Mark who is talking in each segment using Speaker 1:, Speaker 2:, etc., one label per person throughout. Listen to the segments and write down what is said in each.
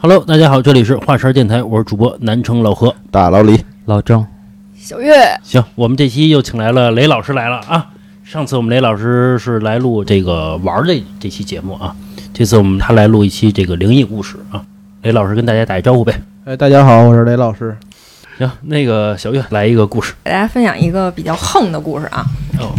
Speaker 1: Hello，大家好，这里是华山电台，我是主播南城老何。
Speaker 2: 大老李，
Speaker 3: 老郑，
Speaker 4: 小月，
Speaker 1: 行，我们这期又请来了雷老师来了啊。上次我们雷老师是来录这个玩儿的这期节目啊，这次我们他来录一期这个灵异故事啊。雷老师跟大家打一招呼呗。
Speaker 5: 哎，大家好，我是雷老师。
Speaker 1: 行，那个小月来一个故事。
Speaker 4: 给大家分享一个比较横的故事啊。
Speaker 1: 哦，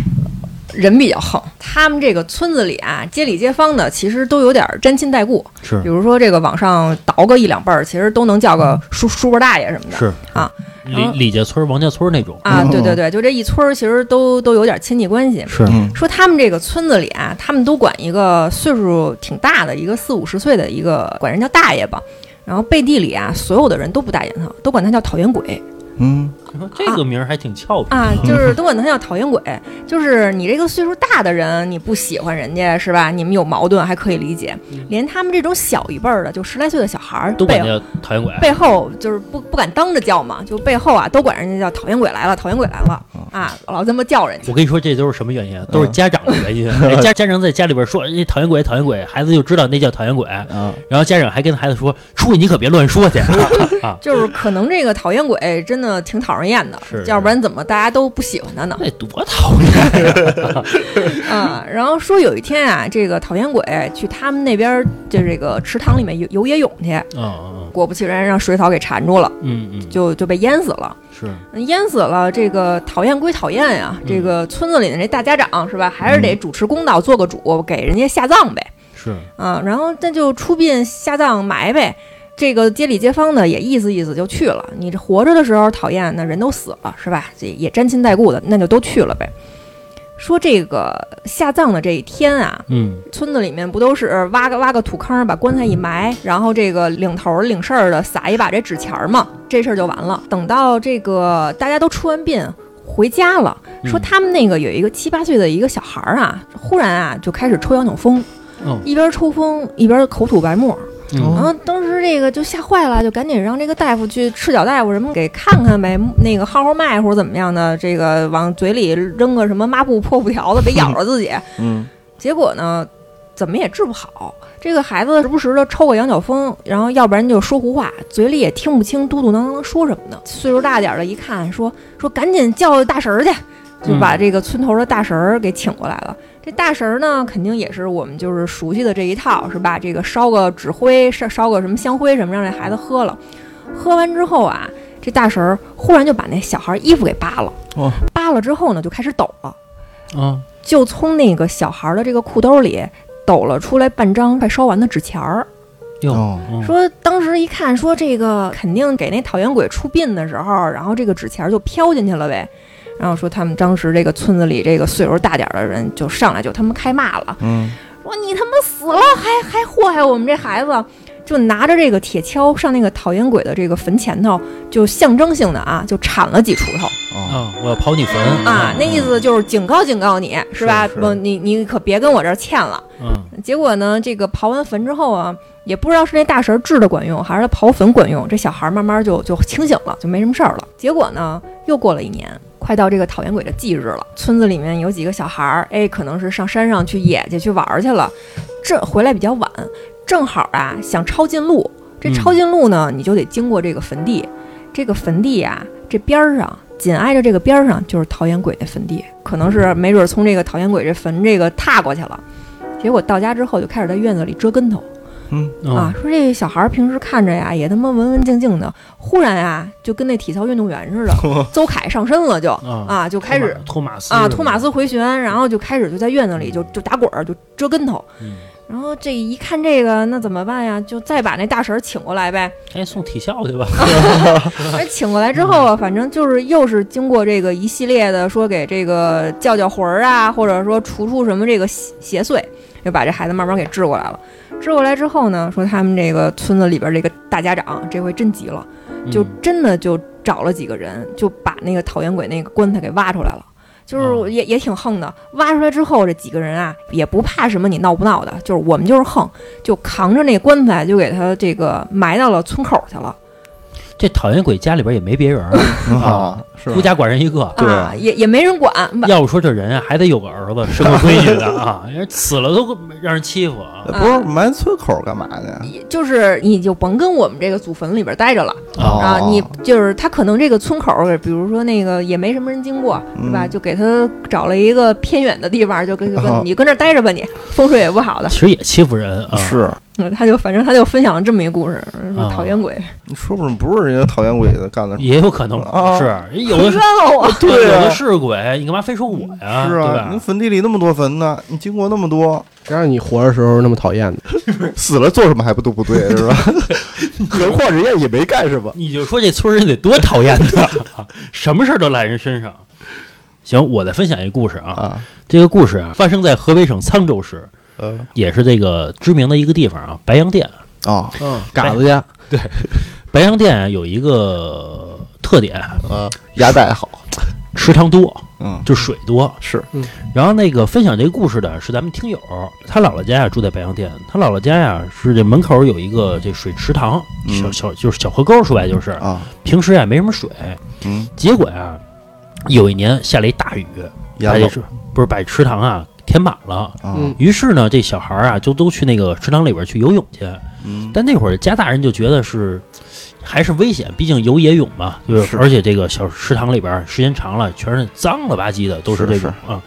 Speaker 4: 人比较横，他们这个村子里啊，街里街坊的其实都有点儿沾亲带故，
Speaker 1: 是
Speaker 4: 比如说这个往上倒个一两辈儿，其实都能叫个叔叔伯大爷什么的。
Speaker 1: 嗯是
Speaker 4: 啊，
Speaker 1: 李李家村、王家村那种。
Speaker 4: 啊，对对对，就这一村儿其实都都有点亲戚关系。
Speaker 1: 是
Speaker 2: 嗯，
Speaker 4: 说他们这个村子里啊，他们都管一个岁数挺大的一个四五十岁的一个，管人叫大爷吧。然后背地里啊，所有的人都不大言他，都管他叫讨厌鬼。
Speaker 2: 嗯，
Speaker 1: 这个名儿还挺俏皮
Speaker 4: 啊，就是都管他叫讨厌鬼，就是你这个岁数大的人，你不喜欢人家是吧？你们有矛盾还可以理解，连他们这种小一辈儿的，就十来岁的小孩儿，
Speaker 1: 嗯都管
Speaker 4: 背
Speaker 1: 叫讨厌鬼。
Speaker 4: 背后就是不不敢当着叫嘛，就背后啊都管人家叫讨厌鬼来了，讨厌鬼来了
Speaker 1: 嗯
Speaker 4: 啊，老这么叫人家。
Speaker 1: 我跟你说，这都是什么原因啊？都是家长的原因。哎家家长在家里边说：“哎，讨厌鬼，讨厌鬼。”孩子就知道那叫讨厌鬼。
Speaker 2: 啊，
Speaker 1: 然后家长还跟孩子说：“出去你可别乱说去啊
Speaker 4: 就是可能这个讨厌鬼真的挺讨人厌的，
Speaker 1: 是
Speaker 4: 要不然怎么大家都不喜欢 他呢！”？
Speaker 1: 那多讨厌呀！
Speaker 4: 嗯，然后说有一天啊，这个讨厌鬼去他们那边儿就这个池塘里面游游野泳去，
Speaker 1: 嗯
Speaker 4: 果不其然让水草给缠住了。
Speaker 1: 嗯嗯，
Speaker 4: 哦就就被淹死了。嗯
Speaker 1: 是
Speaker 4: 淹死了，这个讨厌归讨厌呀、这个村子里的这大家长是吧，还是得主持公道，做个主，给人家下葬呗。
Speaker 1: 是，
Speaker 4: 啊，然后那就出殡下葬埋呗。这个街里街坊的也意思意思就去了。你这活着的时候讨厌，那人都死了是吧？这也沾亲带故的，那就都去了呗。说这个下葬的这一天啊，
Speaker 1: 嗯
Speaker 4: 村子里面不都是挖个挖个土坑，把棺材一埋，然后这个领头儿领事儿的撒一把这纸钱儿嘛，这事儿就完了。等到这个大家都出完殡回家了，说
Speaker 1: 嗯
Speaker 4: 他们那个有一个七八岁的一个小孩儿啊，忽然啊就开始抽羊角风，
Speaker 1: 哦
Speaker 4: 一边抽风一边口吐白沫，然
Speaker 1: 嗯
Speaker 4: 后当时这个就吓坏了，就赶紧让这个大夫去赤脚大夫什么给看看呗，那个薅薅脉或者怎么样的，这个往嘴里扔个什么抹布破布条子，别咬着自己。
Speaker 2: 嗯，
Speaker 4: 结果呢，怎么也治不好。这个孩子时不时的抽个羊角风，然后要不然就说胡话，嘴里也听不清嘟嘟囔囔说什么的。岁数大点儿的，一看说说赶紧叫大婶儿去，就
Speaker 1: 嗯
Speaker 4: 把这个村头的大婶儿给请过来了。这大婶儿呢，肯定也是我们就是熟悉的这一套，是吧？这个烧个纸灰，烧烧个什么香灰什么，让这孩子喝了。喝完之后啊，这大婶儿忽然就把那小孩儿衣服给扒了，
Speaker 2: 哦
Speaker 4: 扒了之后呢，就开始抖了。
Speaker 1: 啊
Speaker 4: 就从那个小孩儿的这个裤兜里抖了出来半张快烧完的纸钱儿。
Speaker 2: 哦，
Speaker 4: 说当时一看，说这个肯定给那讨厌鬼出殡的时候，然后这个纸钱儿就飘进去了呗。然后说他们当时这个村子里这个岁数大点儿的人就上来就他妈开骂了，
Speaker 2: 嗯，
Speaker 4: 说你他妈死了还还祸害我们这孩子，就拿着这个铁锹上那个讨厌鬼的这个坟前头，就象征性的啊就铲了几锄头。
Speaker 2: 哦，
Speaker 1: 啊！我要刨你坟
Speaker 4: 啊，那意思就是警告警告你，是吧？
Speaker 2: 是是
Speaker 4: 不，你你可别跟我这儿欠了。
Speaker 1: 嗯
Speaker 4: 结果呢，这个刨完坟之后啊，也不知道是那大神治的管用，还是他刨坟管用。这小孩慢慢就就清醒了，就没什么事儿了。结果呢，又过了一年，快到这个讨厌鬼的忌日了。村子里面有几个小孩儿，哎，可能是上山上去野去去玩儿去了，这回来比较晚，正好啊想抄近路。这
Speaker 1: 嗯
Speaker 4: 抄近路呢，你就得经过这个坟地，这个坟地啊，这边儿上紧挨着这个边儿上就是讨厌鬼的坟地，可能是没准儿从这个讨厌鬼这坟这个踏过去了。结果到家之后就开始在院子里折跟头、
Speaker 1: 嗯
Speaker 4: 啊，说这小孩儿平时看着呀也他妈文文静静的，忽然啊就跟那体操运动员 似的，邹凯上身了就
Speaker 1: 啊！
Speaker 4: 啊就开始
Speaker 1: 托马斯嗯
Speaker 4: 啊托马斯回旋，然后就开始就在院子里就就打滚儿就折跟头，
Speaker 1: 嗯
Speaker 4: 然后这一看这个那怎么办呀？就再把那大婶儿请过来呗。
Speaker 1: 哎，送体校去吧。
Speaker 4: 而请过来之后啊，反正就是又是经过这个一系列的说给这个叫叫魂儿啊，或者说除除什么这个邪邪祟，就把这孩子慢慢给治过来了。治过来之后呢，说他们这个村子里边这个大家长这回真急了，
Speaker 1: 嗯
Speaker 4: 就真的就找了几个人，就把那个讨厌鬼那个棺材给挖出来了。就是
Speaker 1: 嗯
Speaker 4: 也也挺横的，挖出来之后，这几个人啊也不怕什么你闹不闹的，就是我们就是横，就扛着那棺材就给他这个埋到了村口去了。
Speaker 1: 这讨厌鬼家里边也没别人儿
Speaker 2: 啊，
Speaker 5: 是吧
Speaker 1: 孤家寡人一个。
Speaker 5: 对
Speaker 4: 啊，也也没人管，不
Speaker 1: 要不说这人啊，还得有个儿子，生个闺女的啊，人死了都让人欺负啊！
Speaker 5: 呃不啊是埋村口干嘛去？
Speaker 4: 也呃就是你就甭跟我们这个祖坟里边待着了
Speaker 1: 哦
Speaker 4: 啊！你就是他可能这个村口儿，比如说那个也没什么人经过，是吧？
Speaker 5: 嗯
Speaker 4: 就给他找了一个偏远的地方，就跟就
Speaker 5: 哦
Speaker 4: 跟你跟这儿待着吧你，风水也不好的。
Speaker 1: 其实也欺负人啊。
Speaker 5: 是，
Speaker 4: 嗯他就反正他就分享了这么一故事，说
Speaker 1: 啊
Speaker 4: 讨厌鬼，
Speaker 5: 你说不准不是人家讨厌鬼的干的。
Speaker 1: 也有可能
Speaker 5: 啊
Speaker 1: 是有
Speaker 4: 冤
Speaker 1: 的是
Speaker 4: 枉我。
Speaker 5: 对
Speaker 1: 有
Speaker 5: 啊
Speaker 1: 的，是鬼，你干嘛非说我呀？
Speaker 5: 是
Speaker 1: 对
Speaker 5: 啊，
Speaker 1: 吧
Speaker 5: 您？坟地里那么多坟呢，你经过那么多，
Speaker 2: 谁让你活着时候那么讨厌呢？
Speaker 5: 死了做什么还不都不对 是吧？何况人家也没干什么。
Speaker 1: 你就说这村人得多讨厌他， 什么事儿都赖人身上。行，我再分享一个故事啊。
Speaker 5: 啊，
Speaker 1: 这个故事啊，发生在河北省沧州市，
Speaker 5: 呃，
Speaker 1: 也是这个知名的一个地方啊，白洋淀。
Speaker 5: 哦，
Speaker 2: 嗯，嘎子家，
Speaker 1: 白洋淀有一个特点，啊
Speaker 5: 呃，鸭蛋好，
Speaker 1: 池塘多，
Speaker 5: 嗯，
Speaker 1: 就水多。
Speaker 5: 是，
Speaker 1: 然后那个分享这个故事的是咱们听友，他姥姥家呀住在白洋淀，他姥姥家呀是这门口有一个这水池塘，
Speaker 5: 嗯
Speaker 1: 小小就是小河沟，说白了就是
Speaker 5: 啊，
Speaker 1: 平时呀没什么水，
Speaker 5: 嗯，
Speaker 1: 结果呀有一年下了一大雨，
Speaker 5: 鸭
Speaker 1: 把
Speaker 5: 蛋
Speaker 1: 这，池不是把池塘啊填满了。
Speaker 5: 啊，
Speaker 2: 嗯
Speaker 1: 于是呢，这小孩儿啊就都去那个池塘里边去游泳去。
Speaker 5: 嗯，
Speaker 1: 但那会儿家大人就觉得是还是危险，毕竟游野泳嘛，就是
Speaker 5: 是
Speaker 1: 而且这个小池塘里边儿时间长了，全是脏了吧唧的，都
Speaker 5: 是
Speaker 1: 这种啊。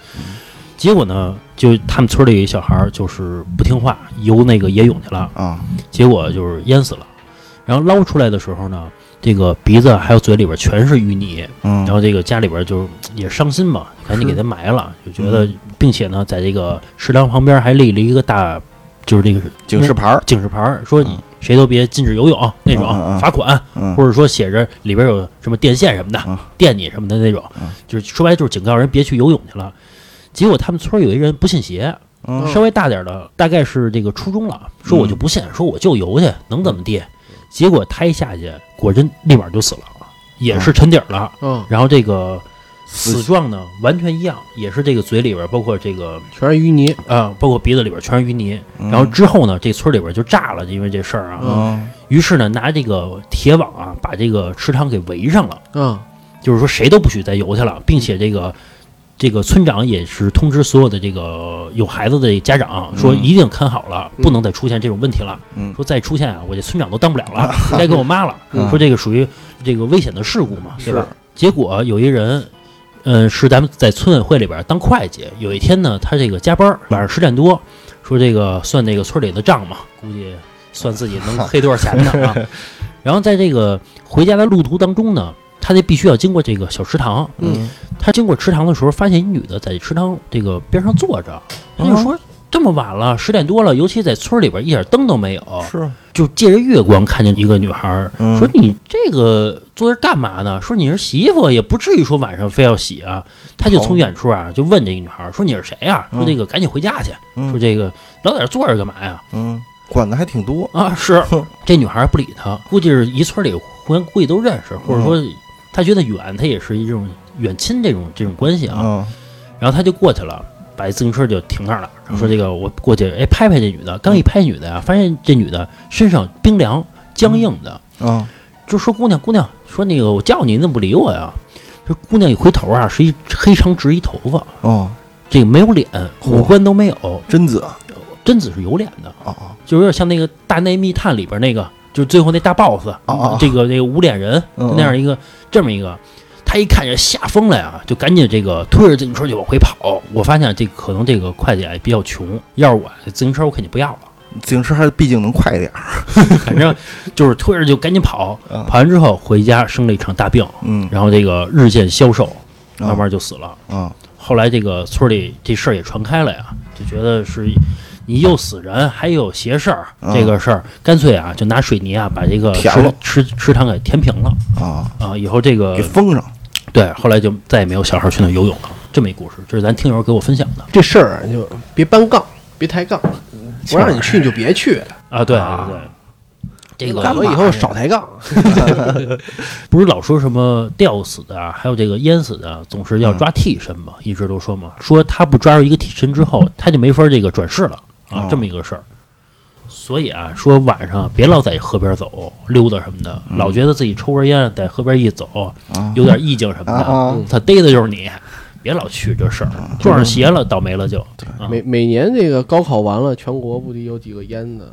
Speaker 1: 结果呢，就他们村里有一小孩儿就是不听话，游那个野泳去了，
Speaker 5: 啊，
Speaker 1: 结果就是淹死了。然后捞出来的时候呢，这个鼻子还有嘴里边全是淤泥，
Speaker 5: 嗯
Speaker 1: 然后这个家里边就也伤心嘛，赶紧给他埋了，就觉
Speaker 5: 嗯
Speaker 1: 得，并且呢，在这个食堂旁边还立了一个大，就是这个
Speaker 5: 警示牌儿，
Speaker 1: 警示牌儿，说你
Speaker 5: 嗯
Speaker 1: 谁都别禁止游泳那种
Speaker 5: 嗯嗯嗯
Speaker 1: 罚款，
Speaker 5: 嗯，
Speaker 1: 或者说写着里边有什么电线什么的
Speaker 5: 嗯，
Speaker 1: 电你什么的那种
Speaker 5: 嗯，
Speaker 1: 就是说白了就是警告人别去游泳去了。结果他们村儿有一人不信邪，
Speaker 5: 嗯
Speaker 1: 稍微大点儿的，大概是这个初中了，说我就不信，说我就游去，能怎么地？结果他一下去，果真立马就死了，也是沉底儿了。
Speaker 2: 嗯，
Speaker 1: 然后这个死
Speaker 5: 死
Speaker 1: 状呢完全一样，也是这个嘴里边儿，包括这个
Speaker 2: 全是淤泥，
Speaker 1: 呃，包括鼻子里边儿全是淤泥。
Speaker 5: 嗯
Speaker 1: 然后之后呢，这村里边儿就炸了，因为这事儿啊。
Speaker 5: 嗯，
Speaker 1: 于是呢，拿这个铁网啊，把这个池塘给围上了，
Speaker 2: 嗯，
Speaker 1: 就是说谁都不许再游去了，并且这个。这个村长也是通知所有的这个有孩子的家长，说
Speaker 5: 嗯
Speaker 1: 一定看好了，
Speaker 2: 嗯
Speaker 1: 不能再出现这种问题了。
Speaker 5: 嗯
Speaker 1: 说再出现啊，我这村长都当不了 了，该给我妈了。
Speaker 5: 嗯
Speaker 1: 说这个属于这个危险的事故嘛，对
Speaker 5: 是
Speaker 1: 吧？结果有一人，嗯，是咱们在村委会里边当会计。有一天呢，他这个加班儿，晚上十点多，说这个算这个村里的账嘛，估计算自己能黑多少钱呢啊。然后在这个回家的路途当中呢，他得必须要经过这个小池塘。
Speaker 2: 嗯，
Speaker 1: 他经过池塘的时候，发现一女的在池塘这个边上坐着，他就说。这么晚了，十点多了，尤其在村里边一点灯都没有，
Speaker 5: 是，
Speaker 1: 就借着月光看见一个女孩儿，
Speaker 5: 嗯
Speaker 1: 说你这个坐这儿干嘛呢？说你是洗衣服，也不至于说晚上非要洗啊。他就
Speaker 5: 好
Speaker 1: 从远处啊就问这个女孩儿说你是谁呀、说这个赶紧回家去，
Speaker 5: 嗯
Speaker 1: 说这个老在这儿坐着干嘛呀？
Speaker 5: 嗯，管的还挺多，
Speaker 1: 啊，是
Speaker 5: 哼
Speaker 1: 这女孩儿不理他，估计是一村里互相估计都认识，或者说他觉得远，他也是一种远亲这种这种关系啊。
Speaker 5: 嗯
Speaker 1: 然后他就过去了，把自行车就停那儿了，然后说
Speaker 5: 嗯
Speaker 1: 这个我过去，哎，拍拍这女的。刚一拍女的呀，发现这女的身上冰凉僵硬的，
Speaker 5: 啊，
Speaker 1: 就说姑娘姑娘，说那个我叫你，你怎么不理我呀？这姑娘一回头啊，是一黑长直一头发，
Speaker 5: 哦，
Speaker 1: 这个没有脸，五官都没有，
Speaker 5: 贞子啊，
Speaker 1: 贞子是有脸的，
Speaker 5: 哦
Speaker 1: 就有点像那个《大内密探》里边那个，就是最后那大 boss，、
Speaker 5: 哦
Speaker 1: 这个这个无脸人、
Speaker 5: 嗯
Speaker 1: 那样一个这么一个。他一看这吓疯了呀，就赶紧这个推着自行车就往回跑。我发现这个可能这个会计啊比较穷，要是我这自行车我肯定不要了，
Speaker 5: 自行车还是毕竟能快一点儿，
Speaker 1: 反正就是推着就赶紧跑。
Speaker 5: 嗯
Speaker 1: 跑完之后回家生了一场大病，
Speaker 5: 嗯，
Speaker 1: 然后这个日渐消瘦，
Speaker 5: 啊
Speaker 1: 慢慢就死了。
Speaker 5: 啊，
Speaker 1: 后来这个村里这事儿也传开了呀，就觉得是你又死人，还有邪事儿，
Speaker 5: 啊
Speaker 1: 这个事儿干脆啊就拿水泥啊把这个
Speaker 5: 填
Speaker 1: 池
Speaker 5: 了
Speaker 1: 池池塘给填平了
Speaker 5: 啊，
Speaker 1: 啊。以后这个
Speaker 5: 给封上，
Speaker 1: 对，后来就再也没有小孩去那游泳了。这么一故事，这是咱听友给我分享的
Speaker 2: 这事儿啊你就别搬杠，别抬杠，我让你去你就别去，
Speaker 1: 啊。对
Speaker 2: 啊
Speaker 1: 对对，这
Speaker 2: 干
Speaker 1: 个
Speaker 2: 脆以后少抬杠。
Speaker 1: 嗯不是老说什么吊死的啊，还有这个淹死的，总是要抓替身嘛，一直都说嘛，说他不抓住一个替身之后，他就没法这个转世了啊，
Speaker 5: 哦
Speaker 1: 这么一个事儿。所以啊，说晚上别老在河边走溜达什么的，老觉得自己抽根烟在河边一走
Speaker 5: 啊
Speaker 1: 有点意境什么
Speaker 5: 啊
Speaker 1: 的，
Speaker 5: 啊，
Speaker 1: 他逮的就是你，别老去这事儿，撞上邪了倒霉了就，啊
Speaker 2: 每每年这个高考完了，全国不得有几个淹的？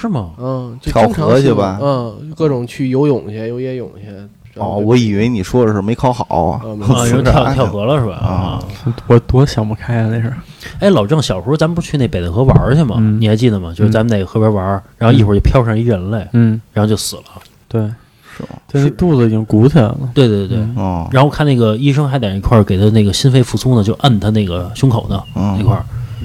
Speaker 1: 是吗？
Speaker 2: 嗯，就
Speaker 5: 跳
Speaker 2: 经常
Speaker 5: 河
Speaker 2: 新
Speaker 5: 去
Speaker 2: 闻
Speaker 5: 吧
Speaker 2: 嗯，各种去游泳去，游野泳去。然
Speaker 5: 哦，
Speaker 2: 后
Speaker 5: 我以为你说的是没考好啊
Speaker 2: 啊 没
Speaker 1: 啊，
Speaker 2: 有
Speaker 1: 人跳跳河了是吧？
Speaker 5: 啊
Speaker 1: 啊，
Speaker 3: 我多想不开啊，那是
Speaker 1: 哎，老郑，小时候咱不去那北戴河玩儿去吗？
Speaker 3: 嗯
Speaker 1: 你还记得吗？就是咱们在河边玩儿，然后一会儿就飘上一人来，
Speaker 3: 嗯，
Speaker 1: 然后就死了。
Speaker 3: 对，
Speaker 5: 是吗？
Speaker 3: 对，那肚子已经鼓起来了，
Speaker 1: 对对对。
Speaker 5: 哦，
Speaker 1: 然后我看那个医生还在那块儿给他那个心肺复苏呢，就摁他那个胸口呢、那
Speaker 5: 嗯
Speaker 1: 块儿，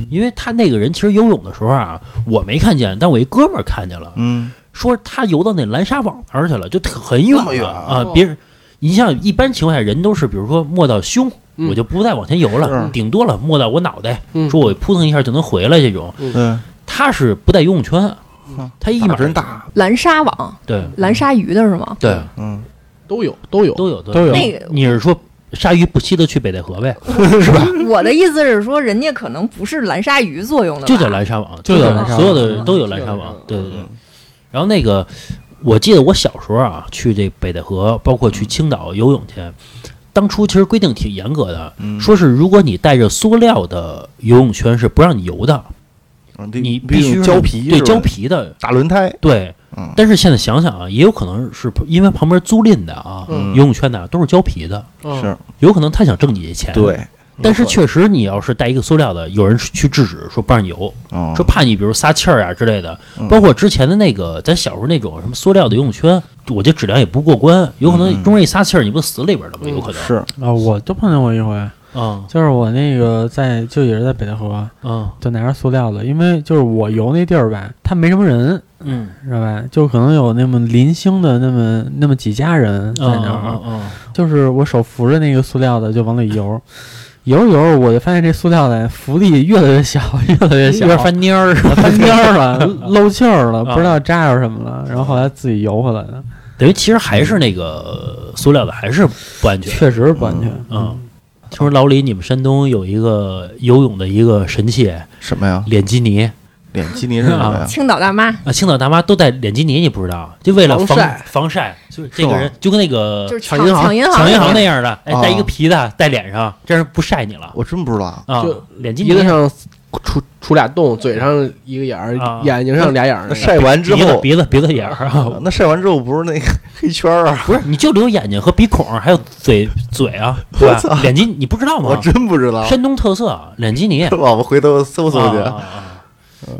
Speaker 1: 因为他那个人其实游泳的时候啊，我没看见，但我一哥们儿看见了，
Speaker 5: 嗯，
Speaker 1: 说他游到那蓝沙网那儿去了，就特很远
Speaker 5: 那么远哦
Speaker 1: 啊！别人，你像一般情况下人都是，比如说没到胸，
Speaker 2: 嗯
Speaker 1: 我就不再往前游了
Speaker 5: 是，
Speaker 1: 顶多了没到我脑袋，
Speaker 2: 嗯
Speaker 1: 说我扑腾一下就能回来这种。
Speaker 5: 对，
Speaker 1: 他是不带游泳圈啊
Speaker 5: 嗯，
Speaker 1: 他一
Speaker 5: 打
Speaker 1: 码
Speaker 5: 针，大，
Speaker 4: 蓝鲨网、
Speaker 1: 对
Speaker 4: 蓝鲨鱼的是吗？
Speaker 1: 对
Speaker 5: 嗯，
Speaker 2: 都有都有
Speaker 1: 都有
Speaker 3: 都有
Speaker 4: 那个
Speaker 1: 你是说鲨鱼不惜的去北戴河呗？
Speaker 4: 我的意思是说，人家可能不是蓝鲨鱼作用的吧，
Speaker 1: 就叫蓝鲨网，
Speaker 3: 就
Speaker 1: 叫
Speaker 3: 叫
Speaker 1: 蓝
Speaker 3: 蓝鲨
Speaker 1: 所有
Speaker 3: 网
Speaker 1: 的都有蓝
Speaker 2: 就
Speaker 1: 鲨
Speaker 2: 叫
Speaker 1: 网
Speaker 2: 蓝鲨，
Speaker 1: 对对对。然后那个，我记得我小时候啊，去这北戴河，包括去青岛游泳去，当初其实规定挺严格的，
Speaker 5: 嗯
Speaker 1: 说是如果你带着塑料的游泳圈是不让你游的，
Speaker 5: 嗯得
Speaker 1: 你
Speaker 5: 得
Speaker 1: 必须
Speaker 5: 用
Speaker 1: 是
Speaker 5: 胶皮，
Speaker 1: 对
Speaker 5: 是吧
Speaker 1: 胶皮的，
Speaker 5: 大轮胎，
Speaker 1: 对。
Speaker 5: 嗯
Speaker 1: 但是现在想想啊，也有可能是因为旁边租赁的啊，
Speaker 2: 嗯
Speaker 1: 游泳圈的啊都是胶皮的，
Speaker 2: 嗯
Speaker 5: 是
Speaker 1: 有可能他想挣你这钱。。
Speaker 5: 对，
Speaker 1: 但是确实，你要是带一个塑料的，有人去制止说不让你游，
Speaker 5: 哦
Speaker 1: 说怕你比如撒气儿啊之类的
Speaker 5: 嗯，
Speaker 1: 包括之前的那个咱小时候那种什么塑料的游泳圈，我觉得质量也不过关，有可能
Speaker 5: 嗯
Speaker 1: 中间一撒气儿，你不死里边了吗？有可能
Speaker 5: 是，
Speaker 3: 啊，我就碰见过一回，
Speaker 5: 嗯
Speaker 1: 啊
Speaker 3: 就是我那个在就也是在北戴河，
Speaker 1: 啊
Speaker 3: 就拿着塑料的，因为就是我游那地儿吧，它没什么人，
Speaker 1: 嗯
Speaker 3: 知道吧？就可能有那么零星的那么那么几家人在
Speaker 1: 啊
Speaker 3: 那儿，
Speaker 1: 啊
Speaker 3: 就是我手扶着那个塑料的就往里游，游着游着我就发现这塑料的浮力越来越小，越来越
Speaker 1: 有
Speaker 3: 小，
Speaker 1: 点翻蔫儿，
Speaker 3: 翻边儿 了，漏气儿了，
Speaker 1: 啊
Speaker 3: 不知道扎着什么了，然后后来自己游回来的，
Speaker 1: 等于其实还是那个塑料的还是不安全。
Speaker 3: 确实不安全。
Speaker 1: 嗯，听说老李你们山东有一个游泳的一个神器
Speaker 5: 什么呀？
Speaker 1: 脸基尼
Speaker 5: 脸基尼是什么呀？
Speaker 4: 青岛大妈
Speaker 1: 啊，青岛大妈都带脸基尼，你不知道？啊就为了防
Speaker 2: 防晒
Speaker 1: 防晒，就是这个
Speaker 5: 是吗
Speaker 1: 人就跟那个
Speaker 4: 就是
Speaker 2: 抢
Speaker 4: 抢
Speaker 2: 银行
Speaker 4: 银行
Speaker 1: 抢银行
Speaker 4: 那
Speaker 1: 那样的，哎，
Speaker 5: 啊
Speaker 1: 戴一个皮的戴脸上，这样不晒你了
Speaker 5: 我真不知道，
Speaker 1: 啊
Speaker 2: 就。
Speaker 1: 脸基
Speaker 2: 鼻
Speaker 1: 尼
Speaker 2: 子上出出俩洞，嘴上一个眼儿
Speaker 1: 啊，
Speaker 2: 眼睛上俩眼儿
Speaker 5: 那
Speaker 2: 那个。
Speaker 5: 晒完之
Speaker 1: 鼻子
Speaker 5: 后，嗯
Speaker 1: 鼻子鼻子眼儿啊，
Speaker 5: 那晒完之后不是那个黑圈儿啊？
Speaker 1: 不是，你就留眼睛和鼻孔，还有嘴嘴啊，对
Speaker 5: 我操
Speaker 1: 吧？脸基尼你不知道
Speaker 5: 我
Speaker 1: 吗？
Speaker 5: 真不知道，
Speaker 1: 山东特色啊脸基尼，
Speaker 5: 我们回头搜搜去
Speaker 1: 啊。啊啊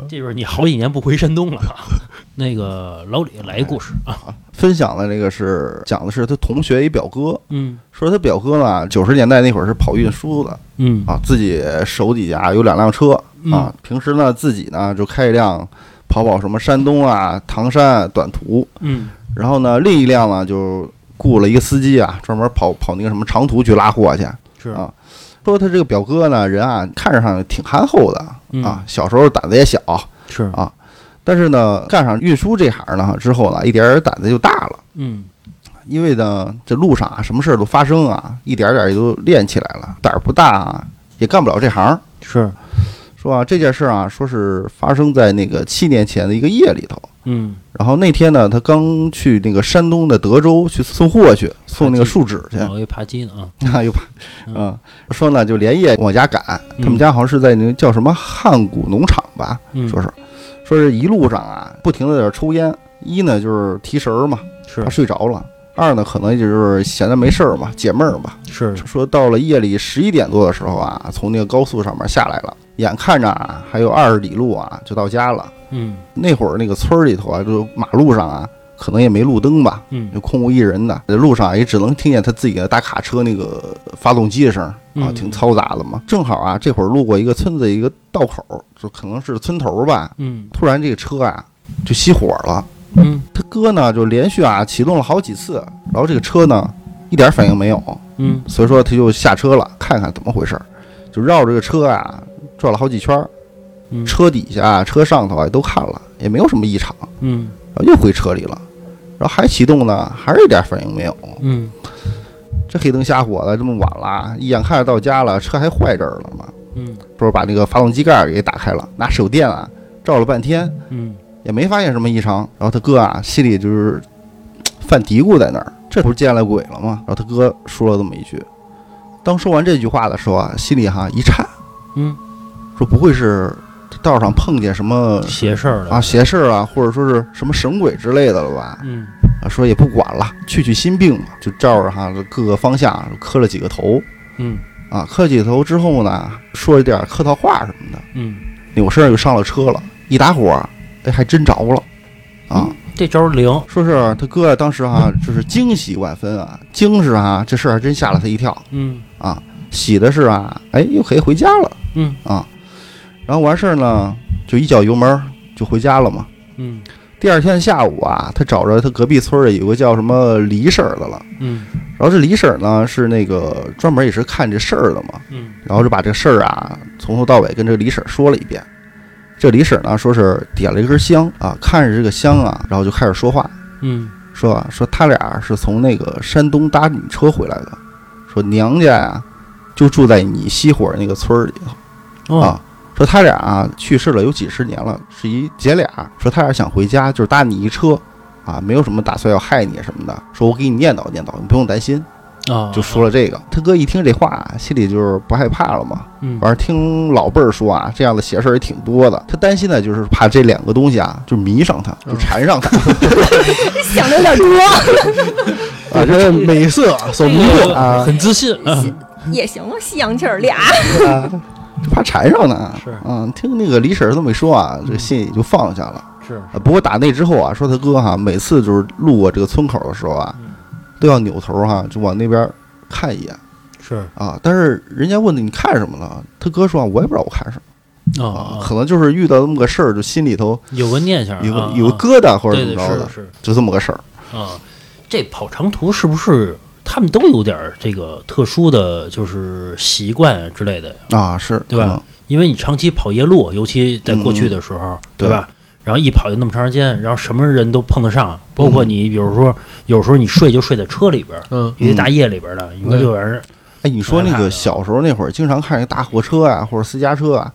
Speaker 1: 这就是你好几年不回山东了 啊。那个老李来一故事啊，
Speaker 5: 分享的这个是讲的是他同学一表哥，
Speaker 1: 嗯
Speaker 5: 说他表哥呢，九十年代那会儿是跑运输的
Speaker 1: 嗯
Speaker 5: 啊，自己手底下有两辆车啊，平时呢自己呢就开一辆跑跑什么山东啊、唐山短途，
Speaker 1: 嗯
Speaker 5: 然后呢另一辆呢就雇了一个司机啊，专门跑跑那个什么长途去拉货去。
Speaker 1: 是
Speaker 5: 啊说他这个表哥呢，人啊看上挺憨厚的啊
Speaker 1: 嗯，
Speaker 5: 小时候胆子也小，
Speaker 1: 是
Speaker 5: 但是呢干上运输这行呢之后呢，一点儿胆子就大了。
Speaker 1: 嗯
Speaker 5: 因为呢，这路上啊，什么事儿都发生啊，一点儿点儿也都练起来了。胆儿不大啊，也干不了这行。
Speaker 1: 是
Speaker 5: 说啊，这件事儿啊，说是发生在那个七年前的一个夜里头。
Speaker 1: 嗯
Speaker 5: 然后那天呢，他刚去那个山东的德州去送货去，送那个树脂去。
Speaker 1: 老一扒鸡呢啊，
Speaker 5: 哎呦吧，
Speaker 1: 嗯
Speaker 5: 嗯，说呢就连夜往家赶。他们家好像是在那个叫什么汉谷农场吧，
Speaker 1: 嗯
Speaker 5: 说是，说是一路上啊，不停的在这儿抽烟。一呢就是提神儿嘛，
Speaker 1: 是
Speaker 5: 他睡着了；二呢可能也就是闲着没事儿嘛，解闷儿嘛。
Speaker 1: 是
Speaker 5: 说到了夜里十一点多的时候啊，从那个高速上面下来了，眼看着啊还有二十里路啊就到家了。
Speaker 1: 嗯
Speaker 5: 那会儿那个村儿里头啊，就马路上啊，可能也没路灯吧，
Speaker 1: 嗯
Speaker 5: 就空无一人的，在路上也只能听见他自己的大卡车那个发动机的声儿啊，
Speaker 1: 嗯
Speaker 5: 挺嘈杂的嘛。正好啊，这会儿路过一个村子一个道口，就可能是村头吧，
Speaker 1: 嗯
Speaker 5: 突然这个车啊就熄火了。
Speaker 1: 嗯
Speaker 5: 他哥呢就连续啊启动了好几次，然后这个车呢一点反应没有，
Speaker 1: 嗯
Speaker 5: 所以说他就下车了，看看怎么回事儿，就绕着这个车啊转了好几圈儿，
Speaker 1: 嗯
Speaker 5: 车底下啊、车上头啊都看了，也没有什么异常，
Speaker 1: 嗯
Speaker 5: 然后又回车里了，然后还启动呢，还是一点反应没有。
Speaker 1: 嗯
Speaker 5: 这黑灯瞎火的，这么晚了，一眼看着到家了，车还坏这儿了嘛，
Speaker 1: 嗯
Speaker 5: 不是把那个发动机盖儿给打开了，拿手电啊照了半天
Speaker 1: 嗯，
Speaker 5: 也没发现什么异常。然后他哥啊，心里就是嘖犯嘀咕在那儿，这不是见了鬼了吗？然后他哥说了这么一句，当说完这句话的时候啊，心里哈一颤，
Speaker 1: 嗯，
Speaker 5: 说不会是道上碰见什么
Speaker 1: 邪事儿了
Speaker 5: 啊，邪事儿啊，或者说是什么神鬼之类的了吧？
Speaker 1: 嗯
Speaker 5: 啊，说也不管了，去去心病吧，就照着哈各个方向磕了几个头
Speaker 1: 嗯
Speaker 5: 啊，磕几个头之后呢，说了点客套话什么的，
Speaker 1: 嗯，
Speaker 5: 扭身就上了车了，一打火，哎，还真着了啊！
Speaker 1: 这招儿灵，
Speaker 5: 说是他哥当时哈、就是惊喜万分啊，惊是啊，这事儿还真吓了他一跳
Speaker 1: 嗯
Speaker 5: 啊，喜的是啊，哎，又可以回家了，
Speaker 1: 嗯
Speaker 5: 啊，然后完事儿呢，就一脚油门儿就回家了嘛。
Speaker 1: 嗯
Speaker 5: 第二天下午啊，他找着他隔壁村儿有个叫什么李婶儿的了。
Speaker 1: 嗯
Speaker 5: 然后这李婶儿呢是那个专门也是看这事儿的嘛，
Speaker 1: 嗯
Speaker 5: 然后就把这事儿啊从头到尾跟这个李婶儿说了一遍。这李婶儿呢说是点了一根香啊，看着这个香啊，然后就开始说话，
Speaker 1: 嗯
Speaker 5: 说啊说他俩是从那个山东搭你车回来的，说娘家呀、就住在你西火那个村儿里头
Speaker 1: 哦
Speaker 5: 啊。说他俩啊去世了有几十年了，是一姐俩。说他俩想回家，就是搭你一车，啊，没有什么打算要害你什么的。说我给你念叨念叨，你不用担心。
Speaker 1: 啊，
Speaker 5: 就说了这个。他哥一听这话，啊心里就是不害怕了嘛。
Speaker 1: 嗯
Speaker 5: 反正听老辈儿说啊，这样的邪事儿也挺多的。他担心的就是怕这两个东西啊，就迷上他，就缠上他
Speaker 4: 想的有点多，
Speaker 2: 啊，这美色所迷惑，
Speaker 5: 啊
Speaker 1: 很自信，
Speaker 4: 也行啊，西洋气儿俩，
Speaker 5: 啊，就怕缠上他。
Speaker 1: 是嗯
Speaker 5: 嗯，听那个李婶儿这么一说啊，这心里就放下了。
Speaker 1: 是
Speaker 5: 啊不过打那之后啊，说他哥哈、每次就是路过这个村口的时候啊，
Speaker 1: 嗯
Speaker 5: 都要扭头哈、就往那边看一眼
Speaker 1: 是
Speaker 5: 啊。但是人家问他你看什么了，他哥说啊，我也不知道我看什么。
Speaker 1: 啊，
Speaker 5: 啊，可能就是遇到这么个事儿，就心里头
Speaker 1: 有个念想，
Speaker 5: 有个
Speaker 1: 啊
Speaker 5: 有
Speaker 1: 啊
Speaker 5: 个疙瘩或者
Speaker 1: 对
Speaker 5: 怎么
Speaker 1: 对是
Speaker 5: 着的，
Speaker 1: 是
Speaker 5: 就这么个事儿。
Speaker 1: 啊，这跑长途是不是他们都有点儿这个特殊的就是习惯之类的呀？
Speaker 5: 啊，是
Speaker 1: 对吧？因为你长期跑夜路，尤其在过去的时候，对吧？然后一跑就那么长时间，然后什么人都碰得上，包括你，比如说有时候你睡就睡在车里边儿，
Speaker 2: 嗯，
Speaker 1: 尤其大夜里边儿的，你说这玩意儿，
Speaker 5: 哎，你说那
Speaker 1: 害怕
Speaker 5: 个
Speaker 1: 的
Speaker 5: 小时候那会儿，经常看那大货车啊，或者私家车啊，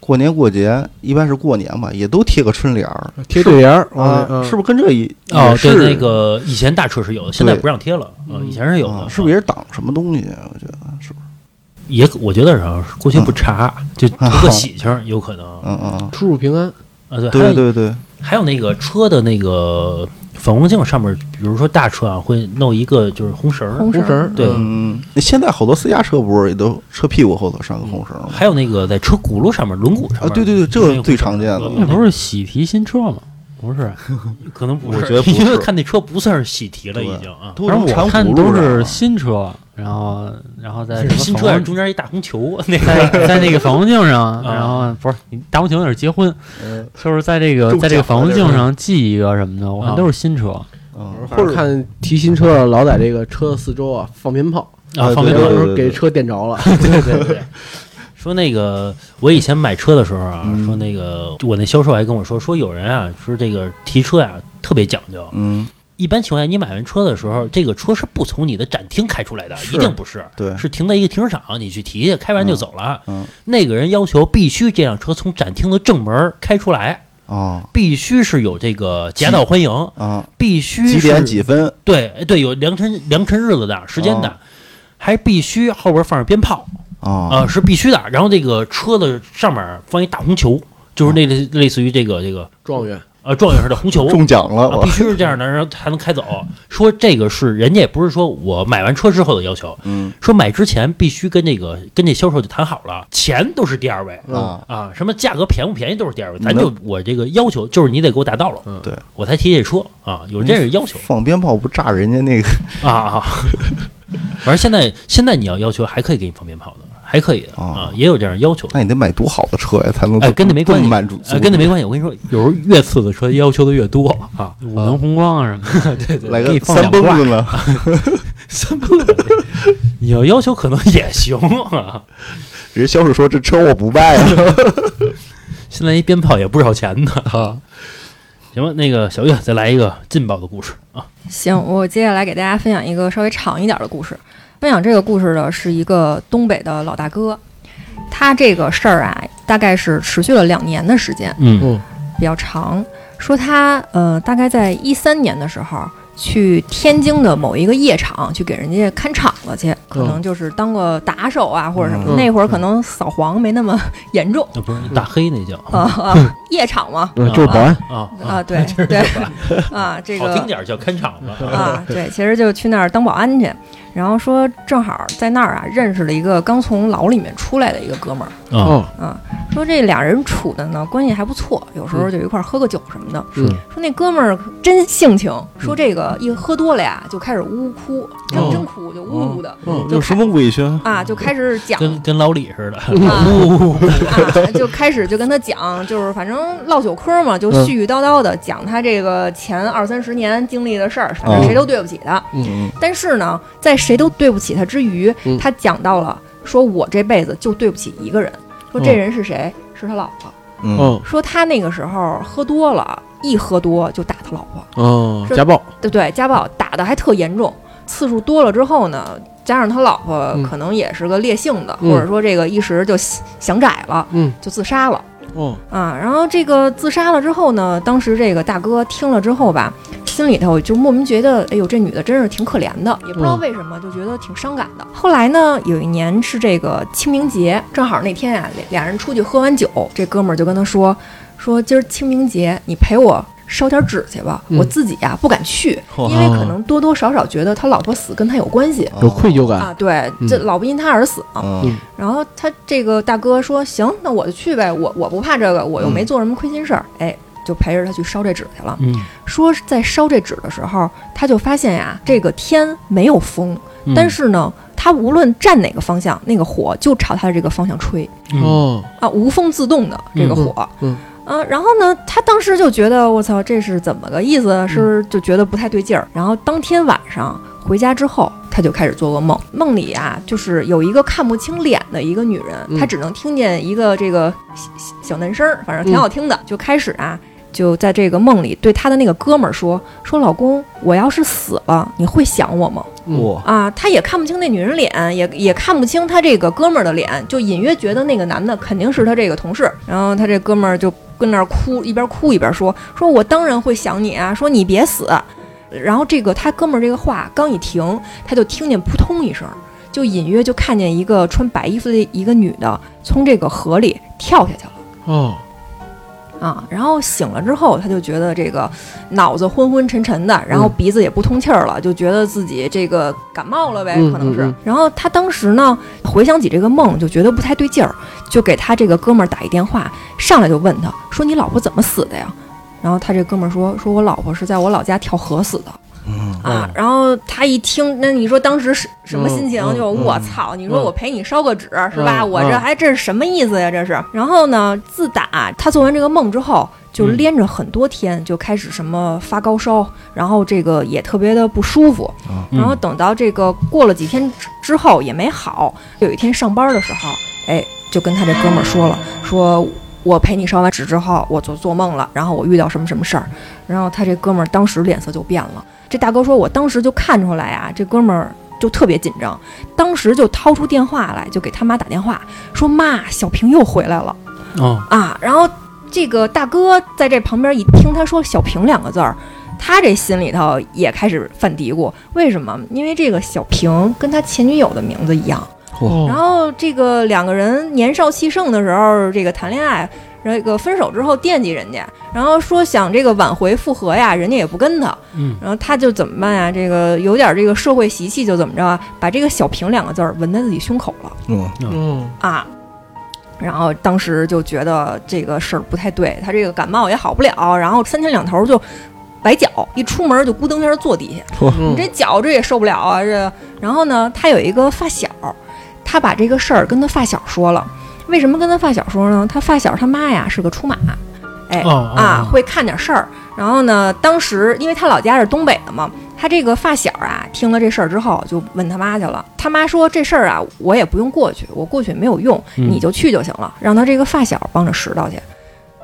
Speaker 5: 过年过节，一般是过年嘛，也都贴个春联儿
Speaker 2: 贴对联儿
Speaker 5: 啊，是不是跟这一
Speaker 1: 哦
Speaker 5: 也，
Speaker 1: 对，
Speaker 5: 是
Speaker 1: 那个以前大车是有的，现在不让贴了，啊，
Speaker 2: 嗯
Speaker 1: 以前是有
Speaker 5: 啊
Speaker 1: 的，
Speaker 5: 是不是也是挡什么东西啊？我觉得是不是？
Speaker 1: 也可我觉得是啊过去不查，就图个
Speaker 5: 啊好
Speaker 1: 喜庆儿，有可能啊，
Speaker 5: 嗯嗯，
Speaker 2: 出入平安，
Speaker 1: 对，还有
Speaker 5: 对对对，
Speaker 1: 还有那个车的那个反光镜上面，比如说大车啊，会弄一个就是红绳儿，
Speaker 4: 红绳
Speaker 2: 绳
Speaker 4: 儿
Speaker 2: 儿，
Speaker 1: 对
Speaker 2: 嗯
Speaker 5: 嗯，那现在好多私家车不是也都车屁股后头上个红绳儿吗？
Speaker 1: 还有那个在车轱辘上面、轮毂上
Speaker 5: 啊，
Speaker 1: 面，
Speaker 5: 对对对，这
Speaker 1: 嗯没
Speaker 5: 个
Speaker 1: 有
Speaker 5: 最常见的
Speaker 1: 嗯
Speaker 3: 那不是喜提新车吗？不是，
Speaker 1: 可能不是，
Speaker 5: 我觉得不是
Speaker 1: 因为看那车不算是喜提了，已经啊，
Speaker 5: 都
Speaker 3: 反正
Speaker 5: 能缠
Speaker 3: 我
Speaker 5: 轱
Speaker 3: 看
Speaker 5: 辘
Speaker 3: 都
Speaker 5: 上
Speaker 3: 是
Speaker 5: 了
Speaker 3: 新车，然后然后在
Speaker 1: 是
Speaker 3: 什么
Speaker 1: 新
Speaker 3: 反
Speaker 1: 车还是
Speaker 3: 光
Speaker 1: 中间一大红球，那个
Speaker 5: 哎
Speaker 3: 在在那个反光镜上，然后不是你大红球那是结婚，
Speaker 5: 嗯
Speaker 3: 就是在这个
Speaker 5: 中奖了
Speaker 3: 在这个反光镜上系一个什么的，我看都是新车，
Speaker 5: 嗯，
Speaker 2: 或者看提新车的老在这个车的四周啊放鞭炮，
Speaker 1: 啊，放
Speaker 5: 对
Speaker 1: 鞭
Speaker 2: 到
Speaker 1: 炮
Speaker 5: 对
Speaker 2: 时
Speaker 5: 对
Speaker 2: 候给车点着了，
Speaker 1: 对对对。说那个，我以前买车的时候啊，
Speaker 5: 嗯
Speaker 1: 说那个，我那销售还跟我说，说有人啊，说这个提车啊特别讲究。
Speaker 5: 嗯，
Speaker 1: 一般情况下，你买完车的时候，这个车是不从你的展厅开出来的，一定不是，
Speaker 5: 对，
Speaker 1: 是停在一个停车场，你去提，开完就走了。
Speaker 5: 嗯嗯
Speaker 1: 那个人要求必须这辆车从展厅的正门开出来，
Speaker 5: 啊
Speaker 1: 必须是有这个夹道欢迎，
Speaker 5: 啊，
Speaker 1: 必须
Speaker 5: 几点
Speaker 1: 是
Speaker 5: 几分？
Speaker 1: 对哎对，有良辰良辰日子的时间的，
Speaker 5: 哦
Speaker 1: 还必须后边放着鞭炮啊、
Speaker 5: 啊
Speaker 1: 是必须的。然后这个车的上面放一大红球，就是那类、类似于这个这个
Speaker 2: 状元
Speaker 1: 呃状元似的红球。
Speaker 5: 哦中奖了，
Speaker 1: 啊
Speaker 5: 我
Speaker 1: 必须是这样的，然后才能开走。说这个是人家也不是说我买完车之后的要求，
Speaker 5: 嗯
Speaker 1: 说买之前必须跟那个跟那销售就谈好了，钱都是第二位
Speaker 5: 啊，
Speaker 1: 啊，什么价格便不便宜都是第二位，咱
Speaker 5: 你
Speaker 1: 就
Speaker 5: 能
Speaker 1: 我这个要求就是你得给我达到了，
Speaker 2: 嗯
Speaker 5: 嗯对
Speaker 1: 我才提这车啊，有这个要求
Speaker 5: 放鞭炮不炸人家那个
Speaker 1: 啊啊。反正现在现在你要要求还可以给你放鞭炮的，还可以的啊
Speaker 5: 哦，
Speaker 1: 也有这样要求的。
Speaker 5: 那你得买多好的车呀，才能
Speaker 1: 哎，跟那没关
Speaker 5: 这
Speaker 1: 系，
Speaker 5: 么满足，
Speaker 1: 哎，跟那没关系。我跟你说，有时候越次的车要求的越多啊，
Speaker 3: 五菱宏光啊什么的，对
Speaker 5: 来
Speaker 3: 可
Speaker 5: 个
Speaker 3: 以放
Speaker 5: 三
Speaker 3: 两
Speaker 5: 蹦
Speaker 3: 挂，
Speaker 5: 子呢，
Speaker 1: 三蹦子，你要要求可能也行啊。
Speaker 5: 人销售说这车我不 卖啊，
Speaker 1: 现在一鞭炮也不少钱呢啊。行吧，那个小月再来一个劲爆的故事啊。
Speaker 4: 行，我接下来给大家分享一个稍微长一点的故事。分享这个故事的是一个东北的老大哥，他这个事儿啊，大概是持续了两年的时间，
Speaker 1: 嗯
Speaker 2: 嗯
Speaker 4: 比较长。说他呃，大概在一三年的时候去天津的某一个夜场去给人家看场子去，可能就是当个打手啊或者什么的。
Speaker 2: 嗯
Speaker 4: 那会儿可能扫黄没那么 严 重
Speaker 1: 那不是大黑那叫
Speaker 4: 啊
Speaker 1: 啊
Speaker 4: 啊，夜场嘛
Speaker 3: 嗯，就是保安，
Speaker 4: 啊， 对对 啊，这
Speaker 1: 好听
Speaker 4: 个
Speaker 1: 点儿叫看场子
Speaker 4: 啊，对，其实就去那儿当保安去。然后说正好在那儿啊认识了一个刚从牢里面出来的一个哥们儿。
Speaker 1: 啊，
Speaker 2: 哦，
Speaker 4: 说这俩人处的呢关系还不错，有时候就一块儿喝个酒什么的。
Speaker 2: 嗯
Speaker 4: 说那哥们儿真性情，说这个一喝多了呀就开始呜呜哭，真、
Speaker 2: 哦
Speaker 4: 真哭就呜呜的、
Speaker 2: 嗯
Speaker 5: 有什么委屈？
Speaker 4: 啊，就开始讲
Speaker 1: 跟跟老李似的，
Speaker 4: 啊啊，就开始就跟他讲，就是反正唠酒嗑嘛，就
Speaker 2: 嗯
Speaker 4: 絮絮叨叨的讲他这个前二三十年经历的事儿，
Speaker 2: 哦
Speaker 4: 反正谁都对不起他。
Speaker 5: 嗯，
Speaker 4: 但是呢，在谁都对不起他之余，
Speaker 2: 嗯
Speaker 4: 他讲到了说我这辈子就对不起一个人，说这
Speaker 2: 嗯
Speaker 4: 人是谁？是他老婆。
Speaker 5: 嗯
Speaker 2: 哦
Speaker 4: 说他那个时候喝多了，一喝多就打他老婆，
Speaker 2: 哦，
Speaker 4: 是
Speaker 2: 家暴，
Speaker 4: 对不对？家暴打的还特严重，次数多了之后呢，加上他老婆
Speaker 2: 嗯
Speaker 4: 可能也是个烈性的，
Speaker 2: 嗯
Speaker 4: 或者说这个一时就想想窄了，
Speaker 2: 嗯
Speaker 4: 就自杀了
Speaker 2: 哦，
Speaker 4: 啊。然后这个自杀了之后呢，当时这个大哥听了之后吧，心里头就莫名觉得，哎呦，这女的真是挺可怜的，也不知道
Speaker 2: 嗯
Speaker 4: 为什么，就觉得挺伤感的。后来呢，有一年是这个清明节，正好那天啊，俩俩人出去喝完酒，这哥们儿就跟他说，说今儿清明节你陪我烧点纸去吧，
Speaker 2: 嗯
Speaker 4: 我自己啊不敢去，
Speaker 5: 嚯
Speaker 4: 因为可能多多少少觉得他老婆死跟他有关系。
Speaker 5: 哦
Speaker 2: 有愧疚感，
Speaker 4: 啊，对，
Speaker 2: 嗯
Speaker 4: 这老不因他而死嘛。
Speaker 5: 嗯
Speaker 2: 嗯
Speaker 4: 然后他这个大哥说：“行，那我就去呗，我我不怕这个，我又没做什么亏心事儿。哎，就陪着他去烧这纸去了。
Speaker 1: 嗯
Speaker 4: 说是在烧这纸的时候，他就发现呀，这个天没有风，
Speaker 1: 嗯，
Speaker 4: 但是呢，他无论站哪个方向，那个火就朝他这个方向吹
Speaker 1: 嗯
Speaker 2: 哦，
Speaker 4: 啊，无风自动的这个火。
Speaker 2: 嗯
Speaker 4: 啊，然后呢，他当时就觉得我操，这是怎么个意
Speaker 2: 嗯
Speaker 4: 思？啊是就觉得不太对劲儿。然后当天晚上回家之后，他就开始做噩梦，梦里啊，就是有一个看不清脸的一个女人，
Speaker 2: 嗯
Speaker 4: 她只能听见一个这个小小男声儿，反正
Speaker 2: 嗯
Speaker 4: 挺好听的，就开始啊。就在这个梦里，对他的那个哥们儿说：“说老公，我要是死了，你会想我吗？”
Speaker 5: 哇，
Speaker 4: 啊，他也看不清那女人脸，也也看不清他这个哥们儿的脸，就隐约觉得那个男的肯定是他这个同事。然后他这哥们儿就跟那儿哭，一边哭一边说：“说我当然会想你啊，说你别死。”然后这个他哥们儿这个话刚一停，他就听见扑通一声，就隐约就看见一个穿白衣服的一个女的从这个河里跳下去了。
Speaker 2: 哦，
Speaker 4: 啊，然后醒了之后，他就觉得这个脑子昏昏沉沉的，然后
Speaker 2: 嗯
Speaker 4: 鼻子也不通气儿了，就觉得自己这个感冒了呗，
Speaker 2: 嗯
Speaker 4: 可能是。
Speaker 2: 嗯嗯
Speaker 4: 然后他当时呢，回想起这个梦，就觉得不太对劲儿，就给他这个哥们儿打一电话，上来就问他说：“你老婆怎么死的呀？”然后他这哥们儿说：“说我老婆是在我老家跳河死的。”
Speaker 2: 嗯
Speaker 5: 嗯
Speaker 4: 啊，然后他一听，那你说当时是什么心情？
Speaker 2: 哦嗯嗯
Speaker 4: 就
Speaker 2: 嗯
Speaker 4: 我操！你说
Speaker 2: 嗯
Speaker 4: 我陪你烧个纸是吧？
Speaker 2: 嗯
Speaker 4: 我这
Speaker 2: 嗯
Speaker 4: 还这是什么意思呀？这是。然后呢，自打他做完这个梦之后，就
Speaker 1: 嗯
Speaker 4: 连着很多天就开始什么发高烧，然后这个也特别的不舒服。
Speaker 1: 嗯
Speaker 4: 然后等到这个过了几天之之后也没好，有一天上班的时候，哎，就跟他这哥们儿说了，说我陪你烧完纸之后，我做做梦了，然后我遇到什么什么事儿，然后他这哥们儿当时脸色就变了。这大哥说，我当时就看出来啊，这哥们儿就特别紧张，当时就掏出电话来，就给他妈打电话，说妈，小平又回来了。
Speaker 1: 哦
Speaker 4: 啊，然后这个大哥在这旁边一听他说“小平”两个字儿，他这心里头也开始犯嘀咕，为什么？因为这个小平跟他前女友的名字一样。然
Speaker 2: 哦，
Speaker 4: 后这个两个人年少气盛的时候，这个谈恋爱，然后这个分手之后惦记人家，然后说想这个挽回复合呀，人家也不跟他，
Speaker 1: 嗯，
Speaker 4: 然后他就怎么办呀？这个有点这个社会习气，就怎么着啊，把这个“小平”两个字儿纹在自己胸口了。
Speaker 5: 嗯，
Speaker 2: 嗯
Speaker 4: 啊。然后当时就觉得这个事儿不太对，他这个感冒也好不了，然后三天两头就崴脚，一出门就咕噔一下坐地下，
Speaker 2: 嗯
Speaker 4: 你这脚这也受不了啊！这，然后呢，他有一个发小，他把这个事儿跟他发小说了。为什么跟他发小说呢？他发小他妈呀是个出马，哎、
Speaker 1: 哦哦
Speaker 4: 啊
Speaker 1: 哦
Speaker 4: 会看点事儿。然后呢，当时因为他老家是东北的嘛，他这个发小啊听了这事儿之后就问他妈去了。他妈说这事儿啊我也不用过去，我过去也没有用，
Speaker 1: 嗯
Speaker 4: 你就去就行了，让他这个发小帮着拾掇去。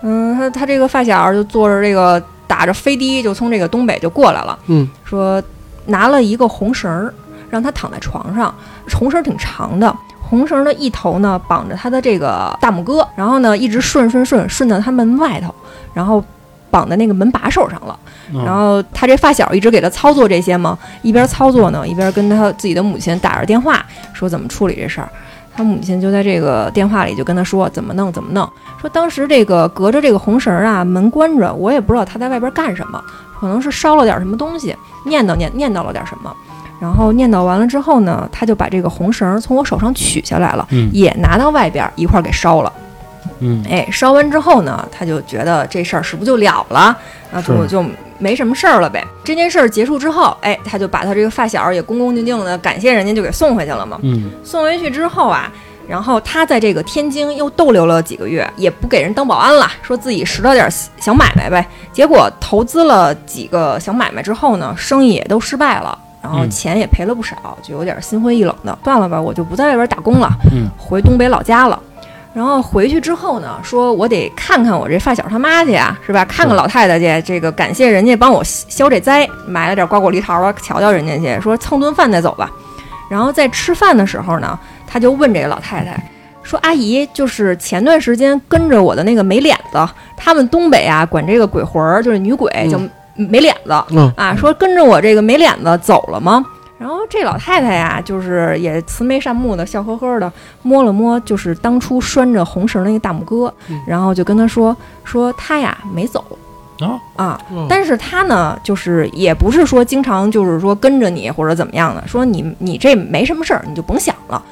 Speaker 4: 嗯，他他这个发小就坐着这个打着飞的就从这个东北就过来了。
Speaker 2: 嗯，
Speaker 4: 说拿了一个红绳儿，让他躺在床上，红绳儿挺长的，红绳的一头呢绑着他的这个大拇哥，然后呢一直顺顺顺顺到他门外头，然后绑在那个门把手上了。
Speaker 1: 嗯
Speaker 4: 然后他这发小一直给他操作这些嘛，一边操作呢，一边跟他自己的母亲打着电话，说怎么处理这事儿。他母亲就在这个电话里就跟他说怎么弄怎么弄，说当时这个隔着这个红绳儿啊，门关着，我也不知道他在外边干什么，可能是烧了点什么东西，念叨念念叨了点什么，然后念叨完了之后呢，他就把这个红绳儿从我手上取下来了，
Speaker 1: 嗯
Speaker 4: 也拿到外边一块儿给烧了。
Speaker 1: 嗯，
Speaker 4: 哎，烧完之后呢，他就觉得这事儿是不是就了了？啊，就是就没什么事儿了呗。这件事儿结束之后，哎，他就把他这个发小也恭恭敬敬的感谢人家，就给送回去了嘛。
Speaker 1: 嗯
Speaker 4: 送回去之后啊，然后他在这个天津又逗留了几个月，也不给人当保安了，说自己拾掇点小买卖呗。结果投资了几个小买卖之后呢，生意也都失败了。然后
Speaker 1: 嗯
Speaker 4: 钱也赔了不少，就有点心灰意冷的。算了吧，我就不在外边打工了，
Speaker 1: 嗯
Speaker 4: 回东北老家了。然后回去之后呢，说我得看看我这发小他妈去啊，是吧？看看老太太去，这个感谢人家帮我消这灾，买了点瓜果梨桃啊，瞧瞧人家去，说蹭顿饭再走吧。然后在吃饭的时候呢，他就问这个老太太说：“阿姨，就是前段时间跟着我的那个没脸子，他们东北啊管这个鬼魂儿就是女鬼
Speaker 2: 嗯
Speaker 4: 叫没脸子、
Speaker 2: 嗯
Speaker 4: 啊，说跟着我这个没脸子走了吗？”然后这老太太呀、就是也慈眉善目的，笑呵呵的，摸了摸就是当初拴着红绳的那个大拇哥，
Speaker 2: 嗯
Speaker 4: 然后就跟他说说他呀没走
Speaker 1: 哦
Speaker 4: 啊，
Speaker 2: 哦
Speaker 4: 但是他呢，就是也不是说经常就是说跟着你或者怎么样的，说你你这没什么事儿，你就甭想了。